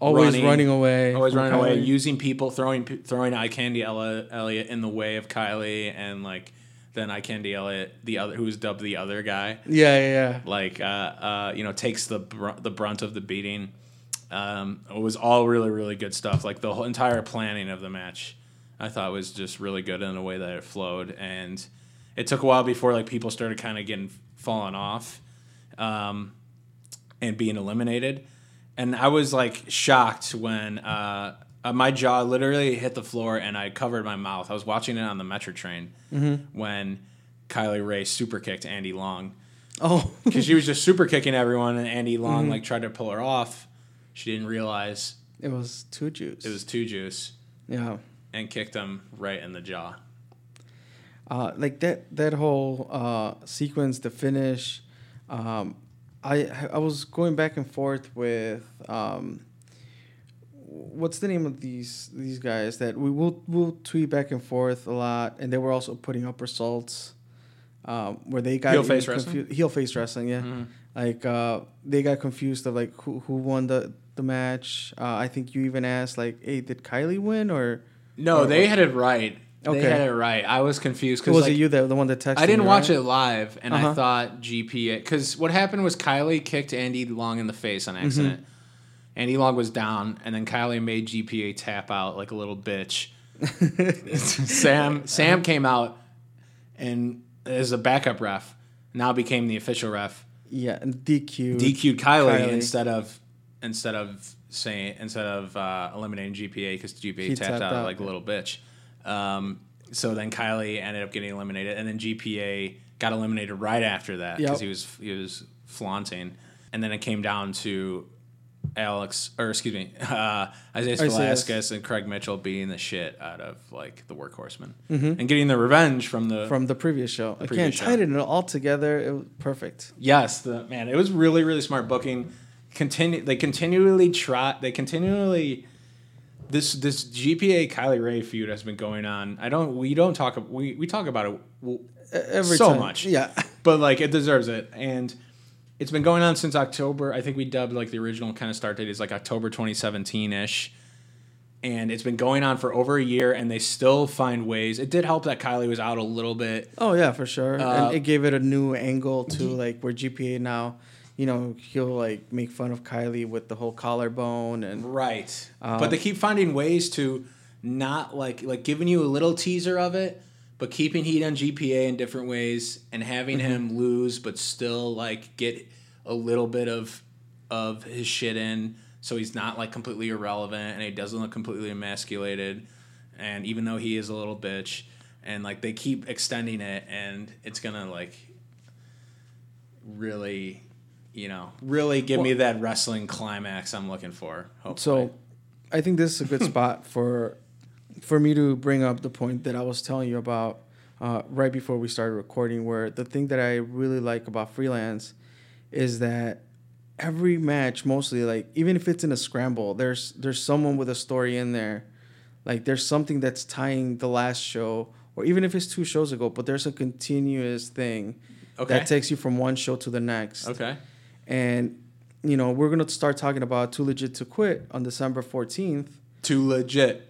Always running, away. always from running away, Kylie. using people, throwing pe- throwing eye candy Ella, Elliot in the way of Kylie, and like then eye candy Elliot, the other who was dubbed the other guy, yeah, yeah, yeah. like uh, uh, you know takes the br- the brunt of the beating. Um, it was all really really good stuff. Like the whole entire planning of the match, I thought was just really good in the way that it flowed, and it took a while before like people started kind of getting falling off, um, and being eliminated. And I was like shocked when uh, uh, my jaw literally hit the floor and I covered my mouth. I was watching it on the metro train when Kylie Ray super kicked Andy Long Oh, because she was just super kicking everyone, and Andy Long like tried to pull her off. She didn't realize it was two Jews. it was two juice yeah. and kicked him right in the jaw. uh, like that that whole uh, sequence, the finish. Um, I I was going back and forth with um, what's the name of these these guys that we will will tweet back and forth a lot, and they were also putting up results um, where they got Heel face even wrestling? Mm-hmm. confu- heel face wrestling, yeah. Like uh, they got confused of like who who won the the match. Uh, I think you even asked like, hey, did Kylie win or? No, they had it right. Okay. They had it right. I was confused because Was like, it you that the one that texted? I didn't me, watch right? it live, and I Uh-huh. thought GP because what happened was Kylie kicked Andy Long in the face on Mm-hmm. accident. Andy Long was down, and then Kylie made GPA tap out like a little bitch. Sam Sam came out and as a backup ref, now became the official ref. Yeah, and DQ. DQ'd Kylie, Kylie. instead of instead of saying instead of uh, eliminating GPA because GPA He tapped, tapped out, out, like a little bitch. Um, so then Kylie ended up getting eliminated, and then GPA got eliminated right after that because Yep. he was he was flaunting, and then it came down to Alex or excuse me uh, Isaiah Isaias. Velasquez and Craig Mitchell beating the shit out of like the workhorsemen Mm-hmm. and getting the revenge from the from the previous show. Again, previous show. tied it all together. It was perfect. Yes, the man, it was really really smart booking. Continue, they continually try, they continually. This this GPA Kylie Ray feud has been going on. I don't we don't talk we we talk about it w- E, Every so time. much. Yeah. but like it deserves it, and it's been going on since October. I think we dubbed like the original kind of start date is like October 2017 ish. And it's been going on for over a year, and they still find ways. It did help that Kylie was out a little bit. Oh yeah, for sure. Uh, and it gave it a new angle to like where GPA now, you know, he'll like make fun of Kylie with the whole collarbone and Right. but they keep finding ways to not like like giving you a little teaser of it, but keeping heat on GPA in different ways and having him lose but still like get a little bit of of his shit in so he's not like completely irrelevant and he doesn't look completely emasculated and even though he is a little bitch and like they keep extending it and it's going to like really you know really give me that wrestling climax i'm looking for hopefully. so. I think this is a good spot for for me to bring up the point that I was telling you about uh, right before we started recording. Where the thing that I really like about freelance is that every match, mostly like even if it's in a scramble, there's there's someone with a story in there. Like there's something that's tying the last show, or even if it's two shows ago, but there's a continuous thing Okay. that takes you from one show to the next. okay And you know, we're gonna start talking about Too Legit to Quit on December fourteenth. too legit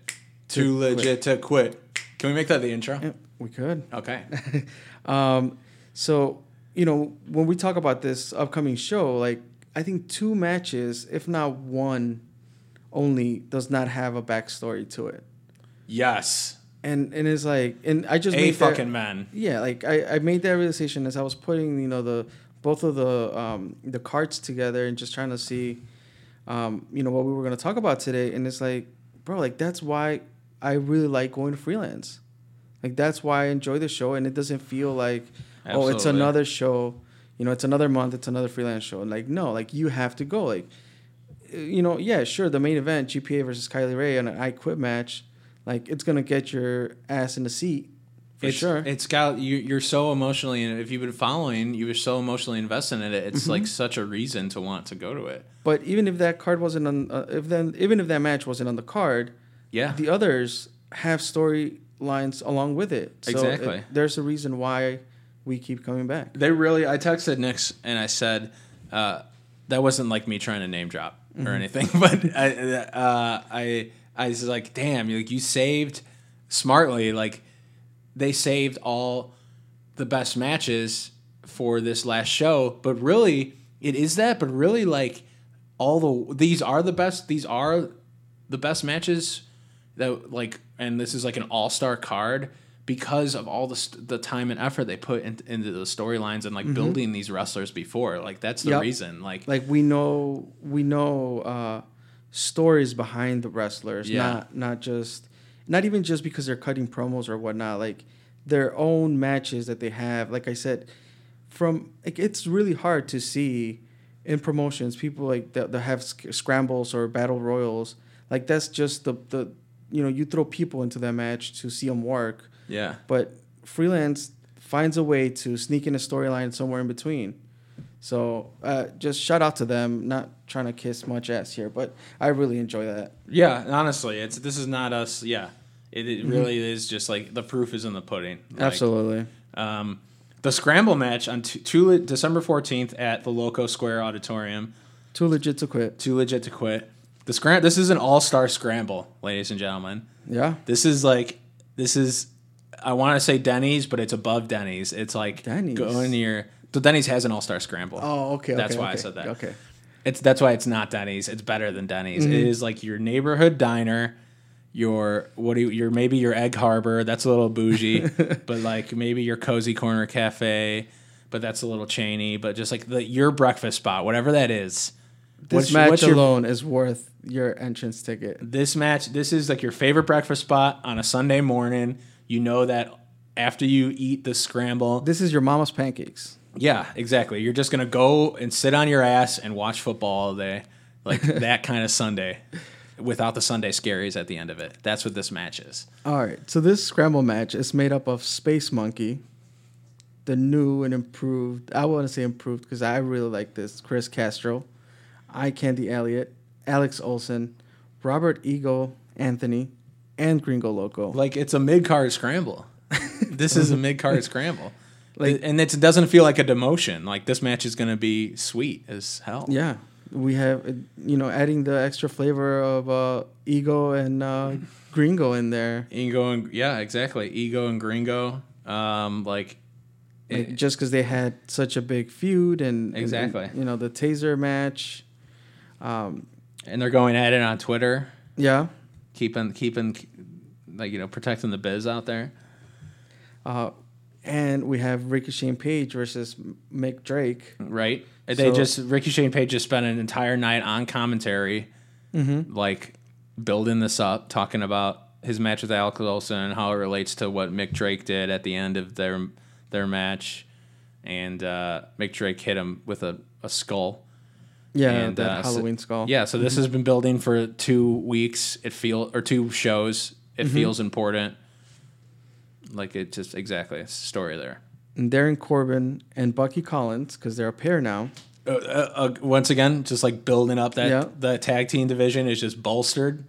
too To quit. legit to quit can we make that the intro We could. okay Um, so you know, when we talk about this upcoming show, like I think two matches, if not one, only does not have a backstory to it. yes and and it's like and I just A made that- fucking man. yeah like I, I made that realization as i was putting you know the both of the um the cards together and just trying to see um you know what we were going to talk about today and it's like bro like that's why i really like going freelance like that's why i enjoy the show and it doesn't feel like oh it's Absolutely. another show you know it's another month it's another freelance show and like no like you have to go like eh, you know, yeah, sure, the main event, GPA versus Kylie Ray on an I Quit match, like it's gonna get your ass in the seat for it's, sure. It's got you. You're so emotionally, and if you've been following, you were so emotionally invested in it. It's Mm-hmm. like such a reason to want to go to it. but even if that card wasn't on, uh, if then even if that match wasn't on the card, Yeah, the others have storylines along with it. So Exactly. it- there's a reason why we keep coming back. they really. I texted Nick's and I said uh, that wasn't like me trying to name drop or anything, but I, uh, I I was like, damn, you like you saved smartly. Like they saved all the best matches for this last show, but really it is that. But really, like all the these are the best. These are the best matches that like, and this is like an all star card because of all the st- the time and effort they put in, into the storylines and like building these wrestlers before. Like that's the Yep. reason. Like, Like we know, we know uh, stories behind the wrestlers, Yeah. not not just, not even just because they're cutting promos or whatnot. Like their own matches that they have. Like I said, from like it's really hard to see in promotions people like that, that have sc- scrambles or battle royals. Like that's just the the you know you throw people into that match to see them work, yeah, but freelance finds a way to sneak in a storyline somewhere in between. So uh, just shout out to them. Not trying to kiss much ass here, but I really enjoy that. yeah. and Honestly, it's this is not us. Yeah, it, it Mm-hmm. really is just like the proof is in the pudding. Like, Absolutely. Um, the scramble match on t- two le- December 14th at the Loco Square Auditorium. Too legit to quit. Too legit to quit. The scram- This is an all star scramble, ladies and gentlemen. Yeah. This is like, this is, I want to say Denny's, but it's above Denny's. It's like Denny's? going near. So Denny's has an all star scramble. Oh, okay. That's okay, why I okay, said that. Okay. It's that's why it's not Denny's. It's better than Denny's. Mm-hmm. It is like your neighborhood diner, your what do you, your maybe your Egg Harbor. That's a little bougie, but like maybe your cozy corner cafe, but that's a little chainy. But just like the your breakfast spot, whatever that is. This What's- match what's your- alone is worth your entrance ticket. this match this is like your favorite breakfast spot on a Sunday morning. You know that after you eat the scramble, This is your mama's pancakes. Yeah, exactly. You're just gonna go and sit on your ass and watch football all day, like that kind of Sunday, without the Sunday scaries at the end of it. That's what this match is. All right. So this scramble match is made up of Space Monkey, the new and improved. I want to say improved because I really like this. Chris Castro, I Candy Elliott, Alex Olson, Robert Eagle Anthony, and Gringo Loco. Like it's a mid card scramble. this is a mid card scramble, like, and it doesn't feel like a demotion. Like this match is gonna be sweet as hell. Yeah, we have uh, you know adding the extra flavor of uh, Eagle and uh, Gringo in there, Ego and yeah, exactly. Ego and Gringo. Um, like like, just because they had such a big feud and and- and, Exactly. you know the taser match. Um, and they're going at it on Twitter, yeah. keeping keeping like you know protecting the biz out there. Uh, and we have Ricochet and Page versus Mick Drake. right? they So- just Ricochet and Page just spent an entire night on commentary, Mm-hmm. like building this up, talking about his match with Alex Olsen and how it relates to what Mick Drake did at the end of their their match, and uh, Mick Drake hit him with a, a skull. Yeah, And, that uh, so- Halloween skull. Mm-hmm. Yeah, so this has been building for two weeks. It feel or two shows. It Mm-hmm. feels important. Like it just exactly it's a story there. And Darren Corbin and Bucky Collins, because they're a pair now. uh, uh, once again, just like building up that Yeah. the tag team division is just bolstered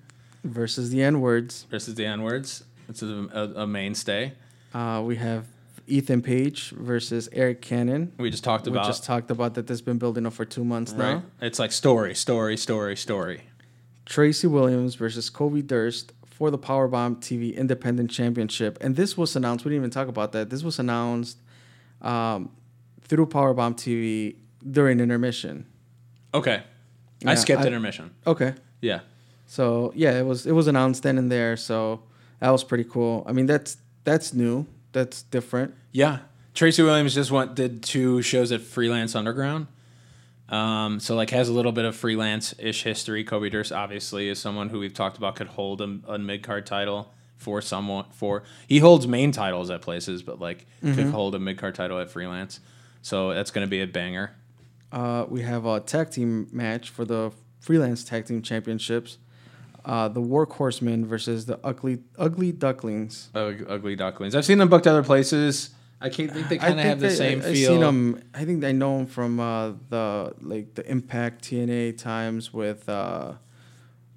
Versus the N words. versus the N words. It's a, a, a mainstay. Uh, we have Ethan Page versus Eric Cannon. We just talked We about just talked about that. That's been building up for two months right. now. It's like story, story, story, story. Tracy Williams versus Kobe Durst for the Powerbomb TV Independent Championship. And this was announced, we didn't even talk about that. This was announced um, through Powerbomb TV during intermission. Okay, Yeah, I skipped I- intermission. Okay. Yeah, So yeah, it was it was announced then and there. So That was pretty cool. I mean, that's that's new. That's different. Yeah. Tracy Williams just went did two shows at Freelance Underground. Um, so like has a little bit of freelance ish history. Kobe Durst obviously is someone who we've talked about could hold a, a mid card title for someone for he holds main titles at places, but like could hold a mid card title at freelance. So that's gonna be a banger. Uh, we have a tag team match for the freelance tag team championships. Uh, the War Horsemen versus the Ugly Ugly Ducklings. Ug- Ugly Ducklings. I've seen them booked other places. I can't think they I kind of think have the they- same I, I've feel. Seen 'em- I think I know them from uh, the like the Impact TNA times with uh,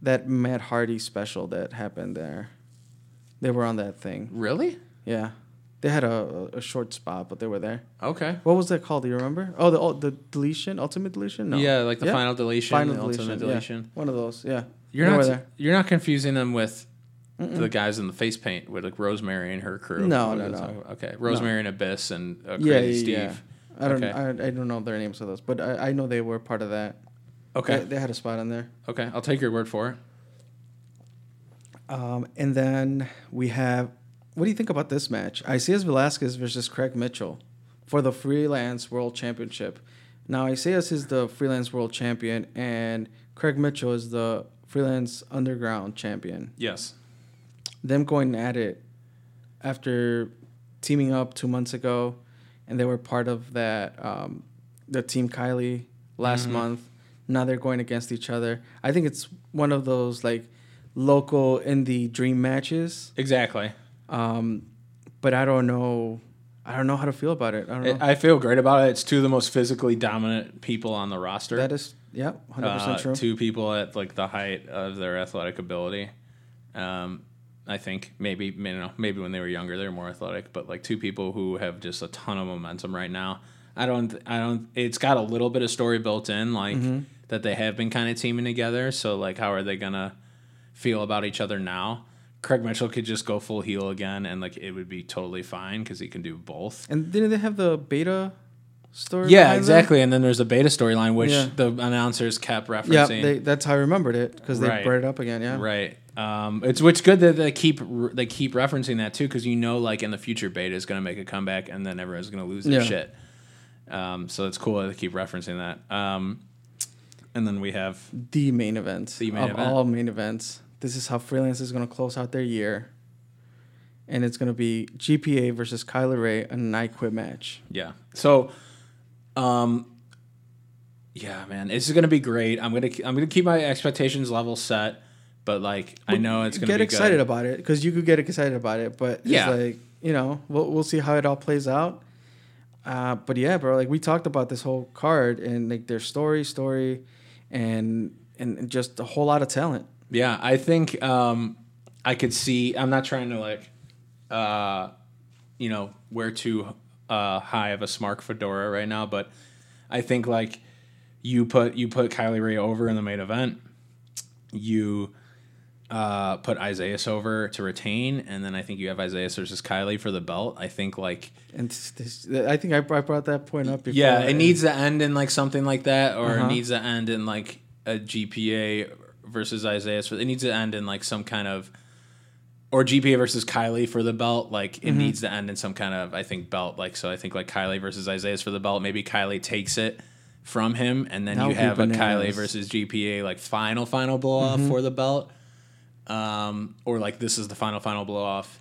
that Matt Hardy special that happened there. They were on that thing. Really? Yeah, they had a, a short spot, but they were there. Okay. What was that called? Do you remember? Oh, the oh, the deletion, ultimate deletion. No. Yeah, like the final deletion, Final the deletion. ultimate yeah. deletion. One of those. Yeah. You're They not were there. you're not confusing them with the guys in the face paint with like Rosemary and her crew. No, What no, are they no. talking about? Okay, Rosemary and Abyss and uh, Crazy yeah, Steve. yeah, yeah. I don't. Okay. I, I don't know their names of those, but I, I know they were part of that. Okay, They, they had a spot on there. okay, I'll take your word for it. Um, and then we have. What do you think about this match? Isaias Velasquez versus Craig Mitchell for the Freelance World Championship. Now, Isaias is the Freelance World Champion, and Craig Mitchell is the Freelance Underground Champion. Yes. them going at it after teaming up two months ago, and they were part of that um, the team Kylie last month. Now they're going against each other. I think it's one of those like local indie dream matches, Exactly. um, but I don't know. I don't know how to feel about it. Eh, I don't know. I I feel great about it. It's two of the most physically dominant people on the roster. that is yeah, hundred uh, percent true. Two people at like the height of their athletic ability. Um, I think maybe you know maybe when they were younger they were more athletic, but like two people who have just a ton of momentum right now. I don't I don't. It's got a little bit of story built in, like Mm-hmm. that they have been kind of teaming together. So like, how are they gonna feel about each other now? Craig Mitchell could just go full heel again, and like it would be totally fine because he can do both. And didn't they have the beta story? Yeah, behind them? exactly. And then there's the beta storyline, which Yeah. the announcers kept Yeah, referencing. they, that's how I remembered it because they Right. brought it up again. Yeah, Right. Um, it's which good that they keep they keep referencing that too, because you know, like in the future, beta is going to make a comeback, and then everyone's going to lose their Yeah. shit. Um, so it's cool that they keep referencing that. Um, and then we have the main event The main of event. all main events. This is how freelance is going to close out their year, and it's going to be GPA versus Kyler Ray a I Quit match. yeah. So, um, yeah, man, this is going to be great. I'm gonna I'm gonna keep my expectations level set, but like I know it's going to Get be excited Good. about it because you could get excited about it, but Yeah. it's like you know we'll we'll see how it all plays out. Uh, but yeah, bro, like we talked about this whole card and like their story, story, and and just a whole lot of talent. Yeah, I think um, I could see. I'm not trying to like, uh, you know, wear too uh, high of a smark fedora right now, but I think like you put you put Kylie Ray over in the main event, you uh, put Isaiah over to retain, and then I think you have Isaiah versus Kylie for the belt. I think like And this, this, I think I br- I brought that point up before. yeah, it and- needs to end in like something like that, or it needs to end in like a GPA versus Isaiah. So it needs to end in like some kind of, or GPA versus Kylie for the belt. Like it needs to end in some kind of, I think belt. Like so, I think like Kylie versus Isaiah for the belt. Maybe Kylie takes it from him, and then That you would be have a Kylie bananas. versus GPA like final final blow off for the belt, um, or like this is the final final blow off.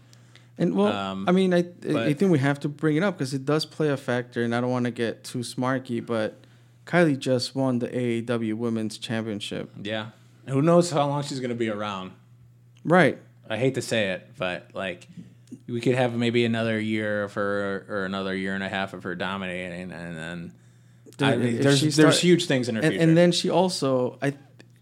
And well, Um, I mean, I I but- think we have to bring it up because it does play a factor, and I don't want to get too smarky, but Kylie just won the AEW Women's Championship, Yeah, who knows how long she's gonna be around. right? I hate to say it, but like we could have maybe another year of her or another year and a half of her dominating, and then I Dude, mean, if there's she there's start- huge things in her And, future. and then she also, I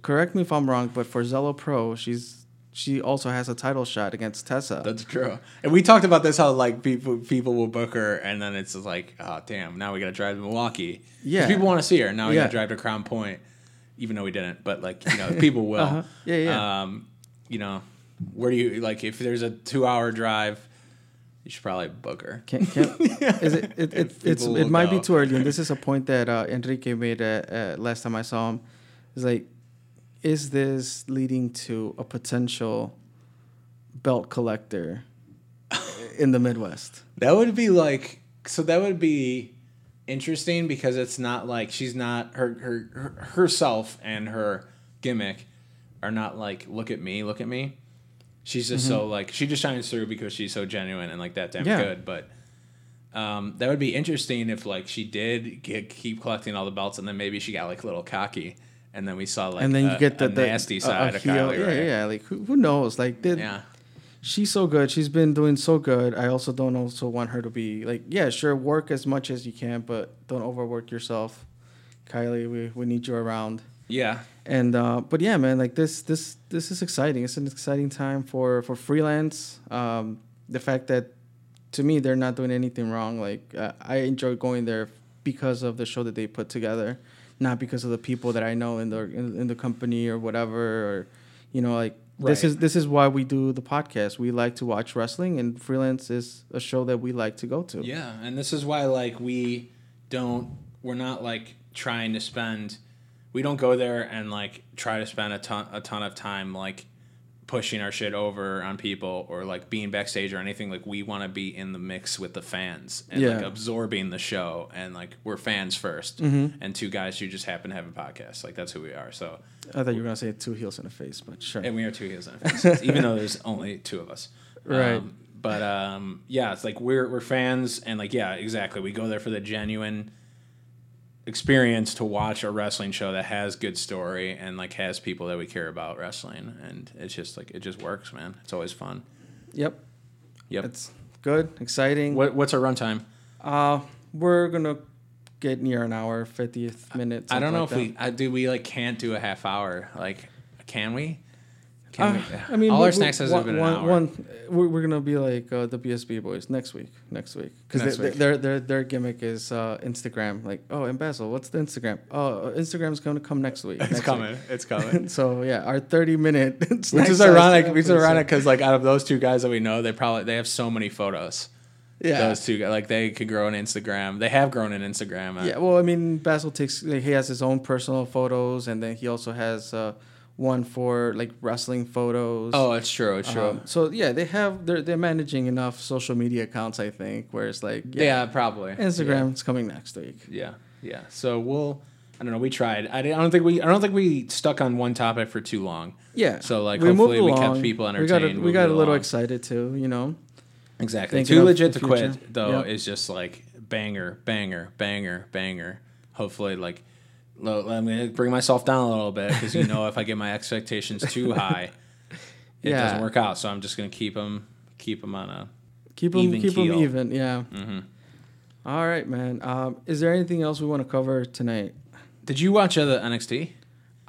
correct me if I'm wrong, but for Zello Pro, she's she also has a title shot against Tessa. That's true. And we talked about this how like people people will book her, and then it's just like, oh damn, now we got to drive to Milwaukee. 'Cause Yeah. people want to see her. Now we got Yeah. to drive to Crown Point, even though we didn't. But like you know, people will. Uh-huh. Yeah, yeah. Um, you know, where do you like if there's a two hour drive, you should probably book her. Can, can, is it, it, it, it's, people it will might be go. too early, and this is a point that uh, Enrique made uh, uh, last time I saw him. It's like, is this leading to a potential belt collector in the Midwest. That would be like so that would be interesting because it's not like she's not her her, her herself and her gimmick are not like look at me, look at me. She's just so like she just shines through because she's so genuine and like that damn Mm-hmm. Yeah. good, but um, that would be interesting if like she did get, keep collecting all the belts and then maybe she got like a little cocky and then we saw like and then a- you get the, a the nasty a- a side of heel- Kylie yeah, Rae. yeah. Like who, who knows? Like did yeah. she's so good. She's been doing so good. I also don't also want her to be like, yeah, sure, work as much as you can, but don't overwork yourself. Kylie, we, we need you around. Yeah. And uh, but yeah, man, like this this this is exciting. It's an exciting time for for freelance. Um, the fact that to me they're not doing anything wrong. Like uh, I enjoy going there because of the show that they put together, not because of the people that I know in the in, in the company or whatever. Or you know, like this Right. is this is why we do the podcast. We like to watch wrestling, and freelance is a show that we like to go to. Yeah, and this is why like we don't we're not like trying to spend we don't go there and like try to spend a ton a ton of time like pushing our shit over on people or like being backstage or anything like we want to be in the mix with the fans and like Yeah. absorbing the show and like we're fans 1st and two guys who just happen to have a podcast like that's who we are so I thought you were gonna say two heels in the face, but sure. and we are two heels on faces, even though there's only two of us. Right. Um, but um, yeah, it's like we're we're fans, and like yeah, exactly. We go there for the genuine experience to watch a wrestling show that has good story and like has people that we care about wrestling, and it's just like it just works, man. It's always fun. Yep, Yep. it's good, exciting. what, what's our runtime? Uh, we're gonna get near an hour, fiftieth minute. I don't something know like if we I, do. We like can't do a half hour. Like, can we? that. Can Uh, we? I mean, all we- our we- snacks has one- been an one- hour. one- we're, we're gonna be like uh, the BSB boys next week. Next week, Next because week. their their their gimmick is uh, Instagram. Like, oh, and Basil, what's the Instagram? Oh, Instagram's gonna come next week. next it's week." coming. It's coming. So yeah, our thirty minute. Which is ironic. Which is ironic because like out of those two guys that we know, they probably they have so many photos. Yeah. Those two guys, like they could grow an Instagram. They have grown an Instagram. Yeah, well, I mean, Basil takes like, he has his own personal photos, and then he also has uh, one for like wrestling photos. Oh, it's true. It's true. Um, so yeah, they have they're they're managing enough social media accounts, I think, where it's like yeah. yeah, probably. Instagram is coming next week. Yeah. Yeah. So we'll. I don't know. We tried. I, didn't- I don't think we. I don't think we stuck on one topic for too long. Yeah. So, like, moved hopefully we kept along. people We got a, entertained, we got a moved little along. excited too, you know. Exactly. Thinking Too of legit the to future. quit though Yep. is just like banger, banger, banger, banger. Hopefully, like lo- let me bring myself down a little bit because you know if I get my expectations too high, it Yeah. doesn't work out. So I'm just gonna keep them, keep them on a. Keep them Even keep 'em keel. Mm-hmm. even, yeah. All right, man. Um, is there anything else we want to cover tonight? Did you watch uh, other NXT?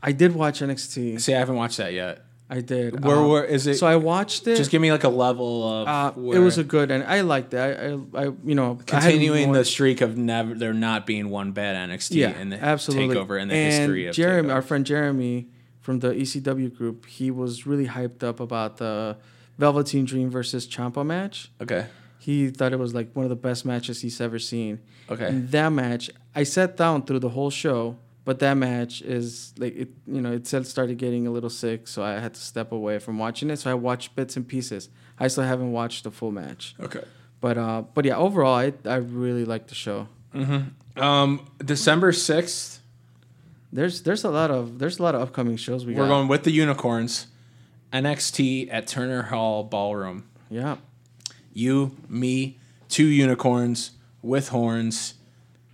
I did watch NXT. See, I haven't watched that yet. I did. Where Um, were is it? So I watched it. just give me like a level of. uh, it where- was a good and I liked it. I I, I you know I had continuing more- the streak of never there not being one bad NXT in the takeover in the And history of Jeremy, TakeOver. our friend Jeremy from the ECW group, he was really hyped up about the Velveteen Dream versus Champa match. Okay. He thought it was like one of the best matches he's ever seen. Okay. And that match, I sat down through the whole show, but that match is like it, you know, it said started getting a little sick, so I had to step away from watching it. So I watched bits and pieces. I still haven't watched the full match. Okay. But uh, but yeah, overall, I I really liked the show. Um, December sixth. There's there's a lot of there's a lot of upcoming shows we We're got. going with the unicorns. NXT at Turner Hall Ballroom. Yeah. You, me, two unicorns with horns.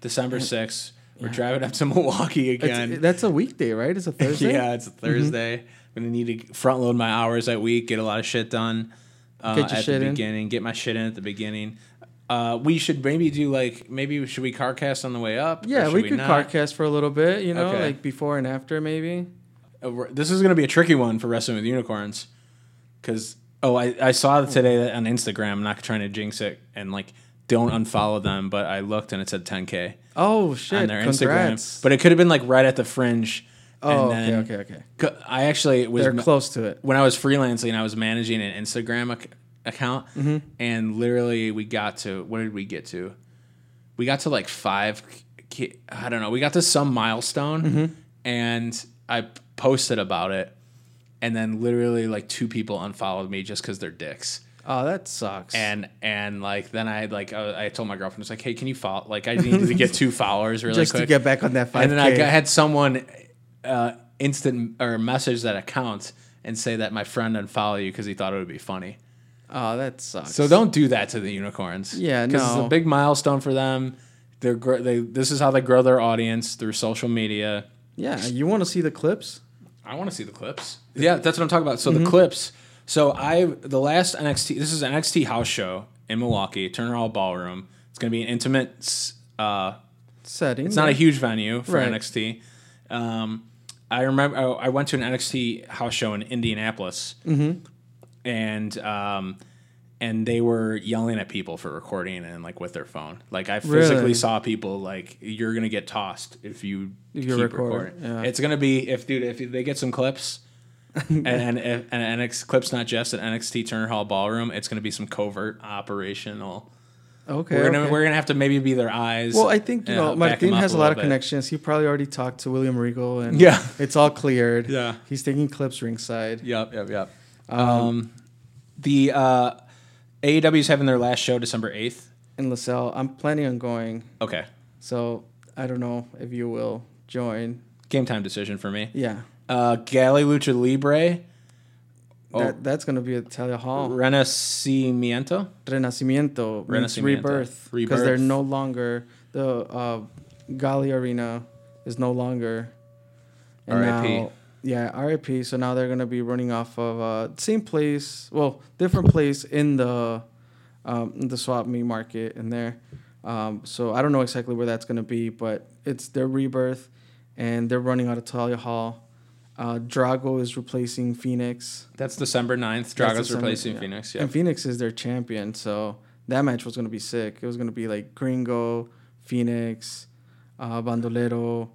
December sixth. We're driving up to Milwaukee again. It's, that's a weekday, right? It's a Thursday. Mm-hmm. yeah, it's a Thursday. I'm gonna need to front load my hours that week. Get a lot of shit done. Uh, Get your at shit the in. beginning. Get my shit in at the beginning. Uh, we should maybe do like maybe should we car cast on the way up? or Yeah, should we could not? carcast for a little bit, you know, Okay. like before and after maybe. Uh, we're- this is going to be a tricky one for wrestling with unicorns because oh I, I saw today that on instagram i'm not trying to jinx it and like don't unfollow them but i looked and it said 10k Oh shit! on their Congrats. instagram but it could have been like right at the fringe oh, and okay, okay, okay. okay. i actually it was They're ma- close to it. when i was freelancing i was managing an instagram ac- account Mm-hmm. and literally we got to what did we get to we got to like five ki- Mm-hmm. i don't know we got to some milestone and i posted about it and then literally like two people unfollowed me just because they're dicks. Oh, that sucks. And and like then I like I, I told my girlfriend I was like, hey, can you follow? Like I needed to get two followers really just quick. to get back on that five. and then I got- had someone uh, instant or message that account and say that my friend unfollowed you because he thought it would be funny. Oh, that sucks. So don't do that to the unicorns. Yeah, it's no. a big milestone for them. They're gr- they this is how they grow their audience through social media. yeah, you want to see the clips? I want to see the clips. Yeah, that's what I'm talking about. So Mm-hmm. the clips. So I the last NXT. This is an NXT house show in Milwaukee, Turner Hall Ballroom. It's going to be an intimate. s- Uh, Setting. it's not a huge venue for Right. NXT. Um, I remember I, I went to an NXT house show in Indianapolis, Mm-hmm. and um, and they were yelling at people for recording and like with their phone. Like I physically Really? saw people like you're gonna get tossed if you If keep you record, recording. yeah. It's gonna be if dude if they get some clips. and and, if, and NX clips not just at NXT Turner Hall Ballroom. It's going to be some covert operational. okay. We're gonna okay. we're gonna have to maybe be their eyes. well, I think you and uh, know back them Martin up has a little lot of bit. connections. He probably already talked to William Regal, and Yeah. it's all cleared. Yeah. he's taking clips ringside. Yep, yep, yep. Um, the uh, AEW's having their last show December eighth. in LaSalle. I'm planning on going, Okay, so I don't know if you will join. game time decision for me. Yeah, Uh, Gally Lucha Libre, Oh. that, that's gonna be at Talia Hall. Renacimiento. Renacimiento, means Renacimiento. rebirth, because they're Rebirth. no longer the uh, Gali Arena is no longer. and R.I.P.. now- Yeah, RIP. So now they're gonna be running off of uh, same place, well, different place in the um, in the swap meet market in there. Um, so I don't know exactly where that's gonna be, but it's their rebirth, and they're running out of Talia Hall. Uh, Drago is replacing Phoenix. That's December 9th. That's Draga's the summit, replacing yeah. Phoenix. Yeah. And Phoenix is their champion, so that match was gonna be sick. It was gonna be like Gringo, Phoenix, uh, Bandolero,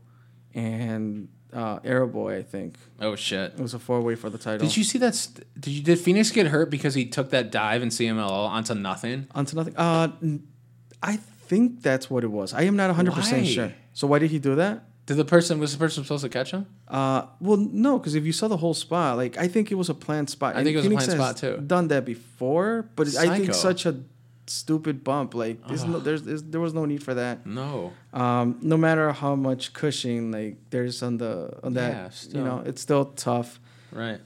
and uh, Arrowboy, I think. Oh shit. It was a four way for the title. Did you see that? St- did you did Phoenix get hurt because he took that dive in CMLL onto nothing? onto nothing? Uh, n- I think that's what it was. I am not hundred Why? percent sure. So why did he do that? Did the person was the person supposed to catch him? Uh, well, no, because if you saw the whole spot, like I think it was a planned spot. I think it was a Phoenix planned has spot, too. Done that before, but I Psycho. think such a stupid bump. Like there's no, there's, there's there was no need for that. No. Um, no matter how much cushion like there's on the on that, Yeah, you know, it's still tough. Right.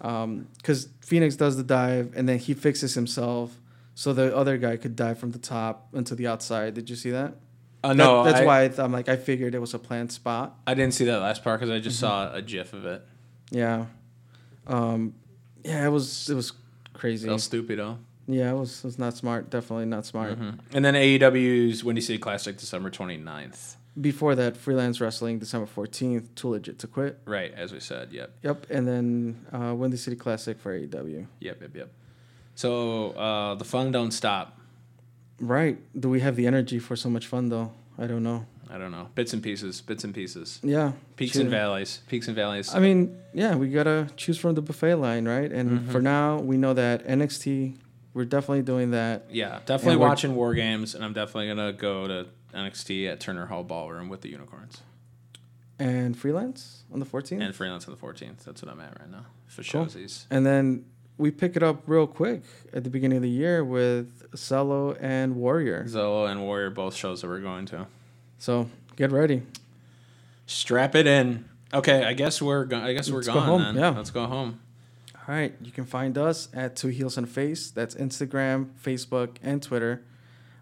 because Phoenix does the dive and then he fixes himself so the other guy could dive from the top into the outside. Did you see that? Uh, no. That- that's I, why I th- I'm like I figured it was a planned spot. I didn't see that last part because I just Mm-hmm. saw a GIF of it. Yeah, um, yeah, it was it was crazy. El Stupido. Yeah, it was it was not smart. Definitely not smart. And then AEW's Windy City Classic December 29th. Before that, freelance wrestling December fourteenth. Too legit to quit. Right, as we said. Yep. Yep, and then uh, Windy City Classic for E AEW. Yep, yep, yep. So uh, the fun don't stop. Right? Do we have the energy for so much fun though? I don't know. I don't know. Bits and pieces, bits and pieces. Yeah, Peaks sure. and valleys, peaks and valleys. I mean, yeah, we gotta choose from the buffet line, right? And Mm-hmm. for now, we know that NXT, we're definitely doing that. yeah, definitely and we're- watching War Games, and I'm definitely going to go to NXT at Turner Hall Ballroom with the Unicorns And freelance on the 14th, and Freelance on the 14th. That's what I'm at right now for showsies. and then we pick it up real quick at the beginning of the year with Cello and Warrior. Zolo and Warrior, both shows that we're going to. So get ready. Strap it in. Okay, I guess we're go- I guess we're Let's go gone home, then. yeah. Let's go home. All right, you can find us at Two Heels and Face. That's Instagram, Facebook, and Twitter.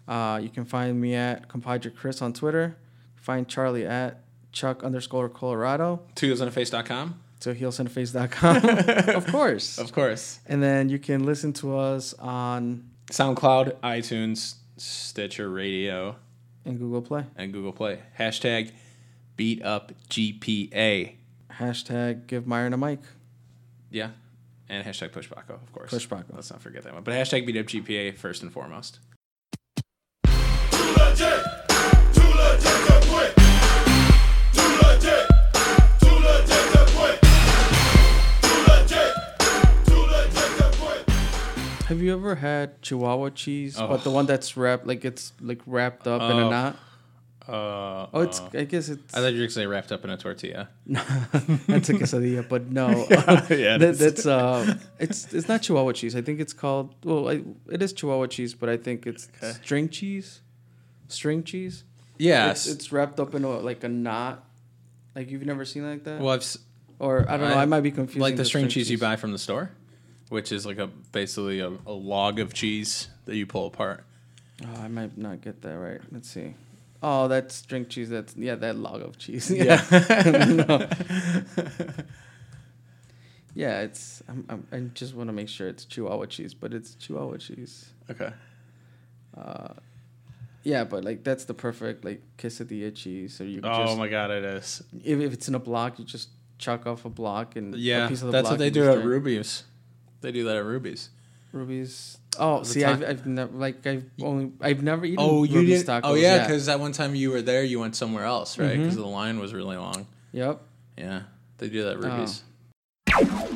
Uh, you can find me at Compadre Chris on Twitter. Find Charlie at Chuck underscore Colorado. Two heels and a face.com. So heelsinterface.com. of course. Of course. And then you can listen to us on SoundCloud, iTunes, Stitcher Radio, in Google Play. and Google Play. Hashtag beat up GPA. Hashtag give Myron a mic. Yeah. And hashtag pushbaco, of course. Push Paco. Let's not forget that one. But hashtag beat up GPA first and foremost. Too legit, too legit to quit. Too legit, too legit to quit. Too legit, too legit to quit. Have you ever had Chihuahua cheese, Oh. but the one that's wrapped like it's like wrapped up in Oh. a knot? Uh, Oh, it's. I guess it's. I thought you were going to say wrapped up in a tortilla. that's a quesadilla, but no. yeah, it that, is. that's uh, it's it's not Chihuahua cheese. I think it's called. Well, I, it is Chihuahua cheese, but I think it's string cheese. String cheese. Yes. It's, it's wrapped up in a, like a knot. Like you've never seen it like that. well, I've, s- or I don't know. I, might be confused. like the string cheese you buy from the store, which is like a basically a, a log of cheese that you pull apart. Oh, I might not get that right. Let's see. Oh, that's string cheese. That's yeah, that log of cheese. Yeah. No. Yeah, it's. I'm, I'm, I just want to make sure it's Chihuahua cheese, but it's Chihuahua cheese. Okay. Uh, Yeah, but like that's the perfect like quesadilla cheese. So you can Oh just my god, it is. if, if it's in a block, you just chuck off a block and a Yeah, piece of the that's what block they and do just at drink. Ruby's. They do that at Ruby's. Ruby's. Oh, The see, ta- I've, I've never like I've only I've never eaten. Oh, you Ruby's did. Tacos. Mm-hmm. Oh yeah, because that one time you were there, you went somewhere else, right? Because the line was really long. yep. Yeah, they do that at Ruby's.